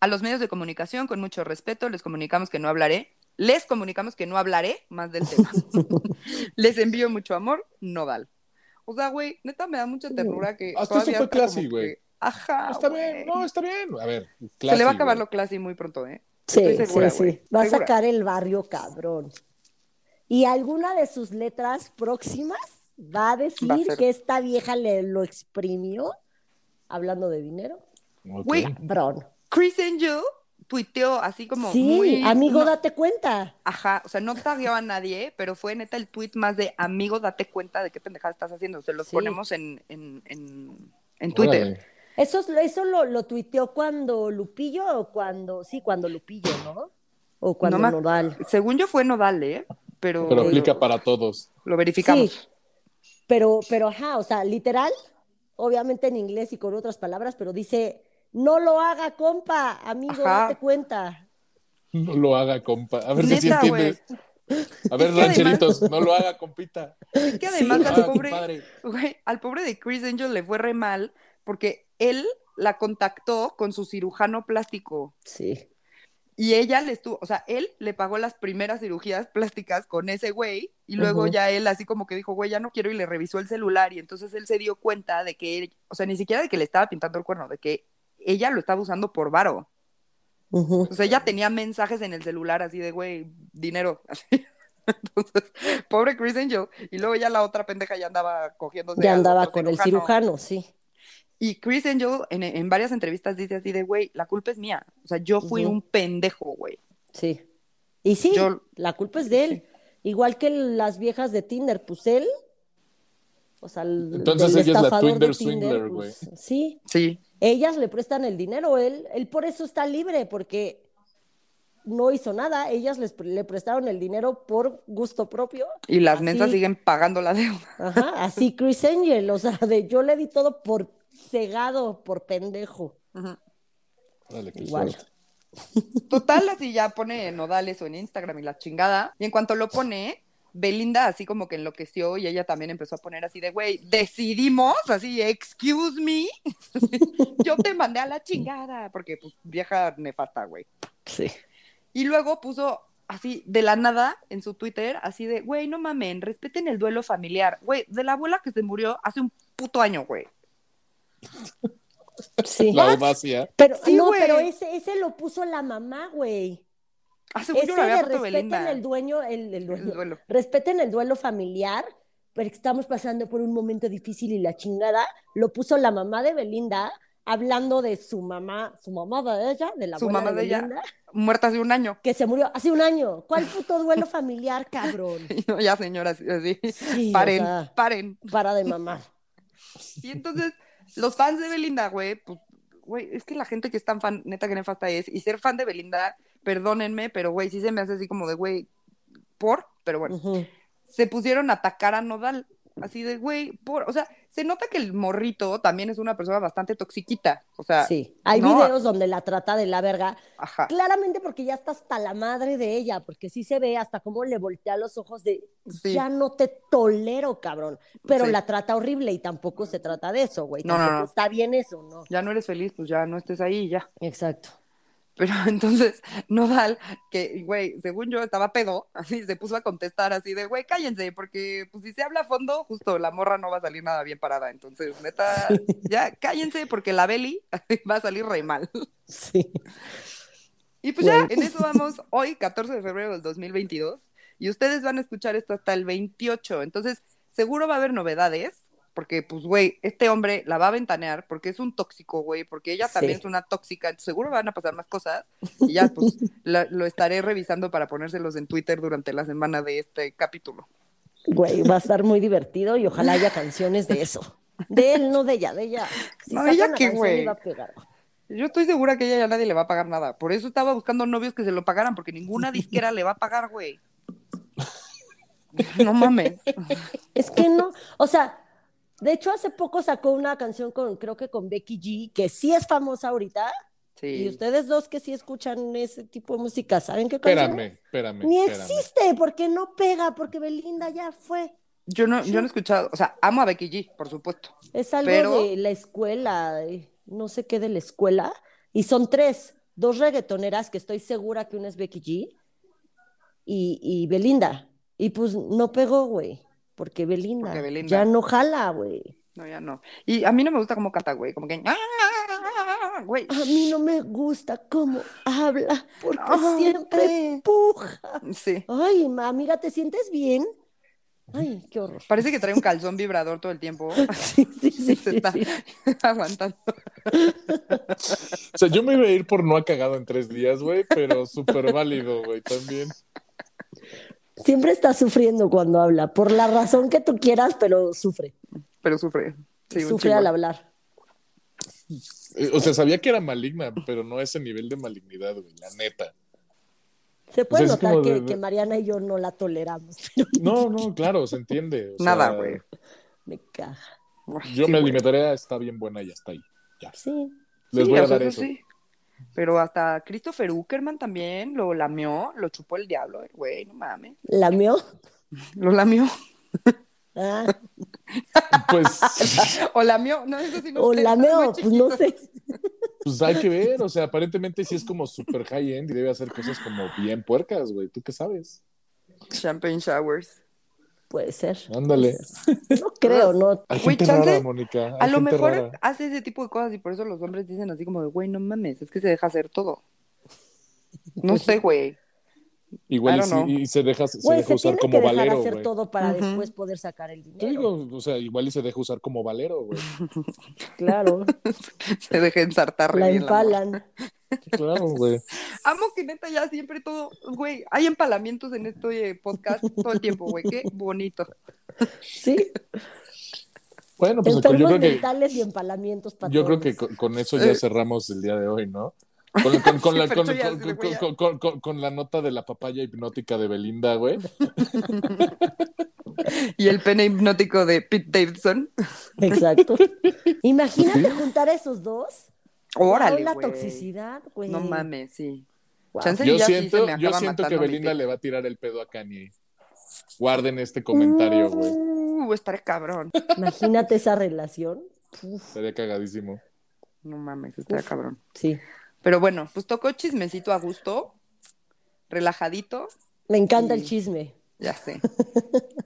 [SPEAKER 1] A los medios de comunicación, con mucho respeto, les comunicamos que no hablaré, les comunicamos que no hablaré más del tema. les envío mucho amor, Nodal. O sea, güey, neta me da mucha ternura que
[SPEAKER 3] Hasta
[SPEAKER 1] todavía
[SPEAKER 3] eso fue
[SPEAKER 1] está como
[SPEAKER 3] classy, güey.
[SPEAKER 1] que-
[SPEAKER 2] Ah,
[SPEAKER 1] Ajá.
[SPEAKER 3] Está
[SPEAKER 1] güey.
[SPEAKER 3] bien, no, está bien. A ver,
[SPEAKER 1] Se le va a
[SPEAKER 3] classy,
[SPEAKER 1] acabar
[SPEAKER 3] güey.
[SPEAKER 1] lo classy muy pronto, ¿eh?
[SPEAKER 2] Sí,
[SPEAKER 1] Estoy segura,
[SPEAKER 2] sí,
[SPEAKER 1] güey.
[SPEAKER 2] sí. Va a
[SPEAKER 1] Segura.
[SPEAKER 2] sacar el barrio, cabrón. Y alguna de sus letras próximas va a decir
[SPEAKER 1] Va a ser-
[SPEAKER 2] que esta vieja le lo exprimió, hablando de dinero.
[SPEAKER 3] Ok.
[SPEAKER 1] Güey,
[SPEAKER 2] Cabrón.
[SPEAKER 1] Chris Angel tuiteó así como
[SPEAKER 2] sí,
[SPEAKER 1] muy...
[SPEAKER 2] amigo,
[SPEAKER 1] no-
[SPEAKER 2] date cuenta.
[SPEAKER 1] Ajá, o sea, no tagueó a nadie, pero fue neta el tweet más de amigo, date cuenta de qué pendejada estás haciendo. Se los
[SPEAKER 2] Sí.
[SPEAKER 1] ponemos en, en, en, en Twitter.
[SPEAKER 3] Órale.
[SPEAKER 2] Eso, es- eso lo, lo tuiteó cuando Lupillo o cuando. Sí, cuando Lupillo, ¿no? O cuando
[SPEAKER 1] No me-
[SPEAKER 2] Nodal.
[SPEAKER 1] Según yo fue Nodal, ¿eh? Pero,
[SPEAKER 3] Pero
[SPEAKER 2] Ok.
[SPEAKER 3] aplica para todos.
[SPEAKER 1] lo verificamos.
[SPEAKER 2] Sí. Pero, pero, ajá, o sea, literal, obviamente en inglés y con otras palabras, pero dice: No lo haga, compa, amigo,
[SPEAKER 1] Ajá.
[SPEAKER 2] date cuenta.
[SPEAKER 3] No lo haga, compa. A ver si sí
[SPEAKER 1] Neta, güey.
[SPEAKER 3] entiendes. A ver,
[SPEAKER 1] Es que además-
[SPEAKER 3] rancheritos, no lo haga, compita. Ah,
[SPEAKER 1] Es que además
[SPEAKER 3] No lo
[SPEAKER 1] al,
[SPEAKER 3] haga,
[SPEAKER 1] pobre,
[SPEAKER 3] compadre.
[SPEAKER 1] güey, al pobre de Chris Angel le fue re mal porque él la contactó con su cirujano plástico.
[SPEAKER 2] Sí.
[SPEAKER 1] Y ella le estuvo, o sea, él le pagó las primeras cirugías plásticas con ese güey y luego
[SPEAKER 2] Ujú.
[SPEAKER 1] ya él así como que dijo, güey, ya no quiero y le revisó el celular y entonces él se dio cuenta de que, él- o sea, ni siquiera de que le estaba pintando el cuerno, de que ella lo estaba usando por varo.
[SPEAKER 2] Ujú.
[SPEAKER 1] O sea, ella tenía mensajes en el celular así de, güey, dinero. así. Entonces, pobre Chris Angel. Y luego ya la otra pendeja ya andaba cogiéndose.
[SPEAKER 2] Ya
[SPEAKER 1] al
[SPEAKER 2] andaba
[SPEAKER 1] otro
[SPEAKER 2] con el cirujano, sí.
[SPEAKER 1] Y Chris Angel en, en varias entrevistas dice así de, güey, la culpa es mía. O sea, yo fui
[SPEAKER 2] Ujú.
[SPEAKER 1] un pendejo, güey.
[SPEAKER 2] Sí. Y sí,
[SPEAKER 1] Yo-
[SPEAKER 2] la culpa es de él. Igual que las viejas de Tinder, pues él. O sea, el,
[SPEAKER 3] Entonces
[SPEAKER 2] el
[SPEAKER 3] ella es la
[SPEAKER 2] estafador de
[SPEAKER 3] Twinder swindler,
[SPEAKER 2] pues, sí,
[SPEAKER 1] Sí,
[SPEAKER 2] ellas le prestan el dinero, él, él por eso está libre, porque no hizo nada, ellas les, pre- le prestaron el dinero por gusto propio.
[SPEAKER 1] Y las
[SPEAKER 2] Así.
[SPEAKER 1] mensas siguen pagando la deuda.
[SPEAKER 2] Ajá, así Chris Angel, o sea, de yo le di todo por cegado, por pendejo.
[SPEAKER 3] Órale, qué
[SPEAKER 2] Igual.
[SPEAKER 3] fuerte.
[SPEAKER 1] Total, así ya pone Nodal eso en Instagram y la chingada. Y en cuanto lo pone, Belinda así como que enloqueció y ella también empezó a poner así de, güey, decidimos, así, excuse me. Yo te mandé a la chingada, porque pues vieja nefasta, güey.
[SPEAKER 2] Sí.
[SPEAKER 1] Y luego puso así de la nada en su Twitter, así de, güey, no mamen, respeten el duelo familiar. Güey, de la abuela que se murió hace un puto año, güey.
[SPEAKER 2] Sí.
[SPEAKER 3] La audacia.
[SPEAKER 2] Pero,
[SPEAKER 1] Sí,
[SPEAKER 2] no,
[SPEAKER 1] güey.
[SPEAKER 2] pero ese, ese lo puso la mamá, güey.
[SPEAKER 1] Hace un
[SPEAKER 2] Ese
[SPEAKER 1] año la
[SPEAKER 2] de
[SPEAKER 1] había puesto
[SPEAKER 2] respeten
[SPEAKER 1] Belinda.
[SPEAKER 2] el dueño, el, el dueño-
[SPEAKER 1] El duelo.
[SPEAKER 2] respeten el duelo familiar, porque estamos pasando por un momento difícil y la chingada, lo puso la mamá de Belinda, hablando de su mamá, su mamá de ella, de la
[SPEAKER 1] Su
[SPEAKER 2] abuela
[SPEAKER 1] mamá de ella.
[SPEAKER 2] Belinda,
[SPEAKER 1] Muerta hace un año.
[SPEAKER 2] que se murió hace un año. ¿Cuál puto duelo familiar, cabrón?
[SPEAKER 1] Y no, ya, señora, así- así.
[SPEAKER 2] Sí, o
[SPEAKER 1] paren,
[SPEAKER 2] sea,
[SPEAKER 1] paren.
[SPEAKER 2] para de mamar.
[SPEAKER 1] Y entonces, los fans de Belinda, güey, pues, güey, es que la gente que es tan fan, neta que nefasta es, y ser fan de Belinda, perdónenme, pero güey, sí se me hace así como de, güey, por, pero bueno,
[SPEAKER 2] Ujú.
[SPEAKER 1] se pusieron a atacar a Nodal, así de, güey, por, o sea, se nota que el morrito también es una persona bastante toxiquita, o sea,
[SPEAKER 2] Sí, hay
[SPEAKER 1] no,
[SPEAKER 2] videos donde la trata de la verga.
[SPEAKER 1] ajá,
[SPEAKER 2] Claramente porque ya está hasta la madre de ella, porque sí se ve hasta cómo le voltea los ojos de
[SPEAKER 1] sí.
[SPEAKER 2] ya no te tolero, cabrón. Pero
[SPEAKER 1] Sí.
[SPEAKER 2] la trata horrible y tampoco se trata de eso, güey.
[SPEAKER 1] No, no,
[SPEAKER 2] Tampoco
[SPEAKER 1] no.
[SPEAKER 2] está bien eso, ¿no?
[SPEAKER 1] Ya no eres feliz, pues ya no estés ahí, ya.
[SPEAKER 2] Exacto.
[SPEAKER 1] Pero entonces Nodal, que güey, según yo estaba pedo, así se puso a contestar así de güey, cállense, porque pues si se habla a fondo, justo la morra no va a salir nada bien parada. Entonces, neta, ya cállense porque la Beli va a salir re mal.
[SPEAKER 2] Sí.
[SPEAKER 1] Y pues ya,
[SPEAKER 2] Güey.
[SPEAKER 1] en eso vamos hoy, 14 de febrero del 2022, y ustedes van a escuchar esto hasta el 28. Entonces, seguro va a haber novedades, porque pues güey, este hombre la va a ventanear porque es un tóxico, güey, porque ella también
[SPEAKER 2] Sí.
[SPEAKER 1] es una tóxica, entonces, seguro van a pasar más cosas. Y ya pues la- lo estaré revisando para ponérselos en Twitter durante la semana de este capítulo.
[SPEAKER 2] Güey, va a estar muy divertido y ojalá haya canciones de eso. De él, no de ella, de ella. Si
[SPEAKER 1] No,
[SPEAKER 2] sacan
[SPEAKER 1] ella
[SPEAKER 2] la
[SPEAKER 1] qué,
[SPEAKER 2] canción,
[SPEAKER 1] güey.
[SPEAKER 2] va a pegar.
[SPEAKER 1] Yo estoy segura que ella ya nadie le va a pagar nada. Por eso estaba buscando novios que se lo pagaran, porque ninguna disquera le va a pagar, güey. No mames.
[SPEAKER 2] Es que no, o sea, de hecho hace poco sacó una canción con, creo que con Becky G, que sí es famosa ahorita, y
[SPEAKER 1] Sí.
[SPEAKER 2] ustedes dos que sí escuchan ese tipo de música, ¿saben qué canción?
[SPEAKER 3] Espérame, espérame.
[SPEAKER 2] Ni
[SPEAKER 3] espérame.
[SPEAKER 2] existe, porque no pega, porque Belinda ya fue.
[SPEAKER 1] Yo no, yo no he escuchado, o sea, amo a Becky G, por supuesto.
[SPEAKER 2] Es algo
[SPEAKER 1] Pero-
[SPEAKER 2] de la escuela, de no sé qué de la escuela, y son tres, dos reggaetoneras que estoy segura que una es Becky G y, y Belinda. Y pues no pegó, güey, porque Belinda,
[SPEAKER 1] Porque Belinda.
[SPEAKER 2] ya no jala, güey.
[SPEAKER 1] No, ya no. Y a mí no me gusta cómo canta, güey. Como que. "Ah, Güey.
[SPEAKER 2] A mí no me gusta cómo habla, porque
[SPEAKER 1] Ay,
[SPEAKER 2] Ah, siempre
[SPEAKER 1] güey.
[SPEAKER 2] puja.
[SPEAKER 1] Sí.
[SPEAKER 2] Ay, ma, mira, ¿te sientes bien? Ay, qué horror. Ah,
[SPEAKER 1] Parece que trae un calzón vibrador todo el tiempo.
[SPEAKER 2] Sí, sí, sí,
[SPEAKER 1] Se
[SPEAKER 2] sí,
[SPEAKER 1] está
[SPEAKER 2] sí.
[SPEAKER 1] aguantando.
[SPEAKER 3] O sea, yo me iba a ir por no ha cagado en tres días, güey, pero súper válido, güey, también.
[SPEAKER 2] Siempre está sufriendo cuando habla, por la razón que tú quieras, pero sufre.
[SPEAKER 1] Pero sufre. Sí, un
[SPEAKER 2] sufre
[SPEAKER 1] chingo.
[SPEAKER 2] al hablar.
[SPEAKER 3] Eh, O sea, sabía que era maligna, pero no a ese nivel de malignidad, güey, la neta.
[SPEAKER 2] Se puede
[SPEAKER 3] O sea, es
[SPEAKER 2] notar
[SPEAKER 3] como
[SPEAKER 2] que,
[SPEAKER 3] de-
[SPEAKER 2] que Mariana y yo no la toleramos, pero
[SPEAKER 3] No, no, claro, se entiende. o
[SPEAKER 1] Nada,
[SPEAKER 3] sea,
[SPEAKER 1] güey.
[SPEAKER 2] me caga.
[SPEAKER 1] Ay,
[SPEAKER 3] Yo
[SPEAKER 1] sí,
[SPEAKER 3] me
[SPEAKER 1] güey.
[SPEAKER 3] limitaré a está bien buena y hasta ahí.
[SPEAKER 2] Sí.
[SPEAKER 3] Les
[SPEAKER 1] Sí,
[SPEAKER 3] voy
[SPEAKER 1] o
[SPEAKER 3] a
[SPEAKER 1] sea,
[SPEAKER 3] dar
[SPEAKER 1] eso
[SPEAKER 3] eso.
[SPEAKER 1] sí. Pero hasta Christopher Uckerman también lo lamió, lo chupó el diablo, el güey, no mames.
[SPEAKER 2] ¿Lamió?
[SPEAKER 1] Lo lamió.
[SPEAKER 2] Ah,
[SPEAKER 3] Pues,
[SPEAKER 1] O lamió, no, eso sí no
[SPEAKER 2] ¿O
[SPEAKER 1] sé,
[SPEAKER 2] lameó?
[SPEAKER 1] está
[SPEAKER 2] Pues
[SPEAKER 1] muy
[SPEAKER 2] no
[SPEAKER 1] chiquito.
[SPEAKER 2] sé.
[SPEAKER 3] pues hay que ver, o sea, aparentemente sí es como súper high-end y debe hacer cosas como bien puercas, güey, ¿tú qué sabes?
[SPEAKER 1] Champagne showers.
[SPEAKER 2] Puede ser.
[SPEAKER 3] Ándale.
[SPEAKER 2] No
[SPEAKER 3] Ah,
[SPEAKER 2] creo, no.
[SPEAKER 3] Hay
[SPEAKER 1] Güey,
[SPEAKER 3] gente
[SPEAKER 1] chance,
[SPEAKER 3] rara, Mónica.
[SPEAKER 1] A
[SPEAKER 3] hay
[SPEAKER 1] lo
[SPEAKER 3] gente
[SPEAKER 1] mejor
[SPEAKER 3] rara.
[SPEAKER 1] hace ese tipo de cosas y por eso los hombres dicen así como de, güey, no mames, es que se deja hacer todo. No sé, güey. I
[SPEAKER 3] Igual y,
[SPEAKER 1] don't
[SPEAKER 3] sí-
[SPEAKER 1] know.
[SPEAKER 3] y se deja, se
[SPEAKER 2] Güey,
[SPEAKER 3] deja
[SPEAKER 2] se
[SPEAKER 3] usar
[SPEAKER 2] tiene
[SPEAKER 3] como
[SPEAKER 2] que dejar
[SPEAKER 3] valero,
[SPEAKER 2] hacer
[SPEAKER 3] güey.
[SPEAKER 2] todo para
[SPEAKER 1] Ujú.
[SPEAKER 2] después poder sacar el
[SPEAKER 3] Te
[SPEAKER 2] dinero.
[SPEAKER 3] digo, o sea, igual y se deja usar como valero, güey.
[SPEAKER 2] Claro,
[SPEAKER 1] Se deja ensartar re
[SPEAKER 2] la
[SPEAKER 1] bien la morra.
[SPEAKER 2] empalan.
[SPEAKER 3] Claro, güey.
[SPEAKER 1] Amo que neta ya siempre todo, güey, hay empalamientos en este eh, podcast todo el tiempo, güey, qué bonito.
[SPEAKER 2] Sí,
[SPEAKER 3] Bueno, pues yo
[SPEAKER 2] enfermos
[SPEAKER 3] creo que
[SPEAKER 2] mentales y empalamientos para
[SPEAKER 3] yo creo
[SPEAKER 2] todos.
[SPEAKER 3] que con, con eso ya cerramos el día de hoy, ¿no? Con, con- con la,
[SPEAKER 1] Eh. pero
[SPEAKER 3] con-
[SPEAKER 1] tú ya
[SPEAKER 3] con-
[SPEAKER 1] se le
[SPEAKER 3] con-
[SPEAKER 1] voy a-
[SPEAKER 3] con- con- con- con la nota de la papaya hipnótica de Belinda, güey.
[SPEAKER 1] Y el pene hipnótico de Pete Davidson.
[SPEAKER 2] Exacto. Imagínate juntar a esos dos.
[SPEAKER 1] Órale,
[SPEAKER 2] Wow, la
[SPEAKER 1] güey.
[SPEAKER 2] toxicidad, güey.
[SPEAKER 1] No mames, sí.
[SPEAKER 2] Wow.
[SPEAKER 1] Chance
[SPEAKER 3] Yo
[SPEAKER 1] ya sí se
[SPEAKER 3] siento,
[SPEAKER 1] me
[SPEAKER 3] yo
[SPEAKER 1] acaba
[SPEAKER 3] siento que
[SPEAKER 1] matando mi
[SPEAKER 3] Belinda
[SPEAKER 1] pito.
[SPEAKER 3] le va a tirar el pedo a Kanye. Guarden este comentario, güey.
[SPEAKER 1] Uh, estaré cabrón.
[SPEAKER 2] Imagínate esa relación. Uf,
[SPEAKER 3] Estaría cagadísimo.
[SPEAKER 1] No mames, estaré cabrón.
[SPEAKER 2] sí.
[SPEAKER 1] Pero bueno, pues tocó chismecito a gusto, relajadito,
[SPEAKER 2] Me encanta el
[SPEAKER 1] Sí.
[SPEAKER 2] chisme.
[SPEAKER 1] ya sé.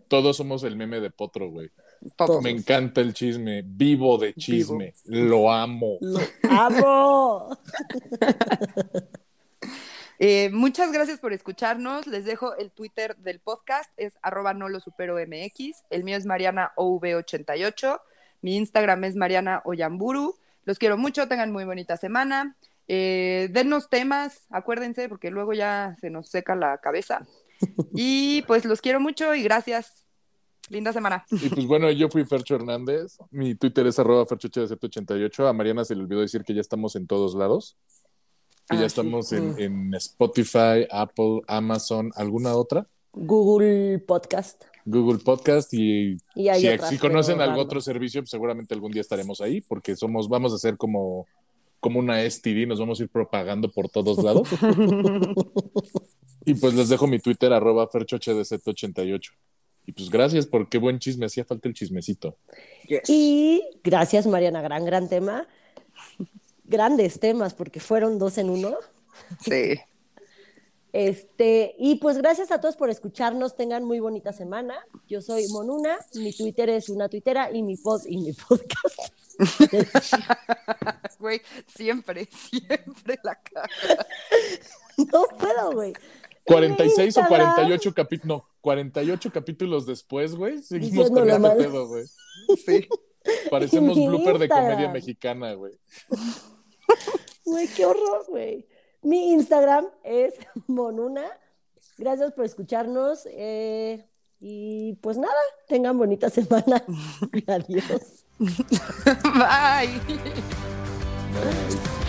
[SPEAKER 3] Todos somos el meme de Potro, güey.
[SPEAKER 1] Todos.
[SPEAKER 3] Me encanta el chisme. Vivo de chisme. Lo amo.
[SPEAKER 2] Lo amo.
[SPEAKER 1] Eh, muchas gracias por escucharnos. Les dejo el Twitter del podcast, es arroba no lo supero MX. El mío es MarianaOV88. Mi Instagram es Mariana Oyamburu. Los quiero mucho, tengan muy bonita semana. Eh, dennos temas, acuérdense, porque luego ya se nos seca la cabeza. Y pues los quiero mucho y gracias. Linda semana.
[SPEAKER 3] Y pues bueno, yo fui Fercho Hernández. Mi Twitter es arroba ferchochd788. A Mariana se le olvidó decir que ya estamos en todos lados.
[SPEAKER 1] Ah,
[SPEAKER 3] Que ya
[SPEAKER 1] sí.
[SPEAKER 3] estamos
[SPEAKER 2] Mm.
[SPEAKER 3] en, en Spotify, Apple, Amazon, alguna otra.
[SPEAKER 2] Google Podcast.
[SPEAKER 3] Google Podcast y
[SPEAKER 2] Y hay
[SPEAKER 3] si,
[SPEAKER 2] otras,
[SPEAKER 3] si conocen
[SPEAKER 2] pero
[SPEAKER 3] algún
[SPEAKER 2] random.
[SPEAKER 3] otro servicio, pues seguramente algún día estaremos ahí porque somos, vamos a hacer como, como una STD, nos vamos a ir propagando por todos lados. y pues les dejo mi Twitter, arroba ferchohdz88. Y pues gracias, porque buen chisme, hacía falta el chismecito.
[SPEAKER 2] Y gracias, Mariana. Gran, gran tema. Grandes temas, porque fueron dos en uno.
[SPEAKER 1] Sí.
[SPEAKER 2] Este, y pues gracias a todos por escucharnos. Tengan muy bonita semana. Yo soy Monuna, mi Twitter es una tuitera y mi pod y mi podcast.
[SPEAKER 1] Güey, siempre, siempre la cago.
[SPEAKER 2] No puedo, güey.
[SPEAKER 3] 46 o
[SPEAKER 2] Instagram.
[SPEAKER 3] 48 capítulos, no, 48 capítulos después, güey, seguimos
[SPEAKER 2] Diciéndolo
[SPEAKER 3] con este
[SPEAKER 2] mal.
[SPEAKER 3] pedo, güey.
[SPEAKER 1] Sí.
[SPEAKER 3] Parecemos
[SPEAKER 2] Mi
[SPEAKER 3] blooper de comedia
[SPEAKER 2] Instagram.
[SPEAKER 3] mexicana, güey.
[SPEAKER 2] Güey, qué horror, güey. Mi Instagram es Monuna. Gracias por escucharnos eh, Y pues nada, tengan bonita semana. Adiós.
[SPEAKER 1] Bye.
[SPEAKER 3] Bye.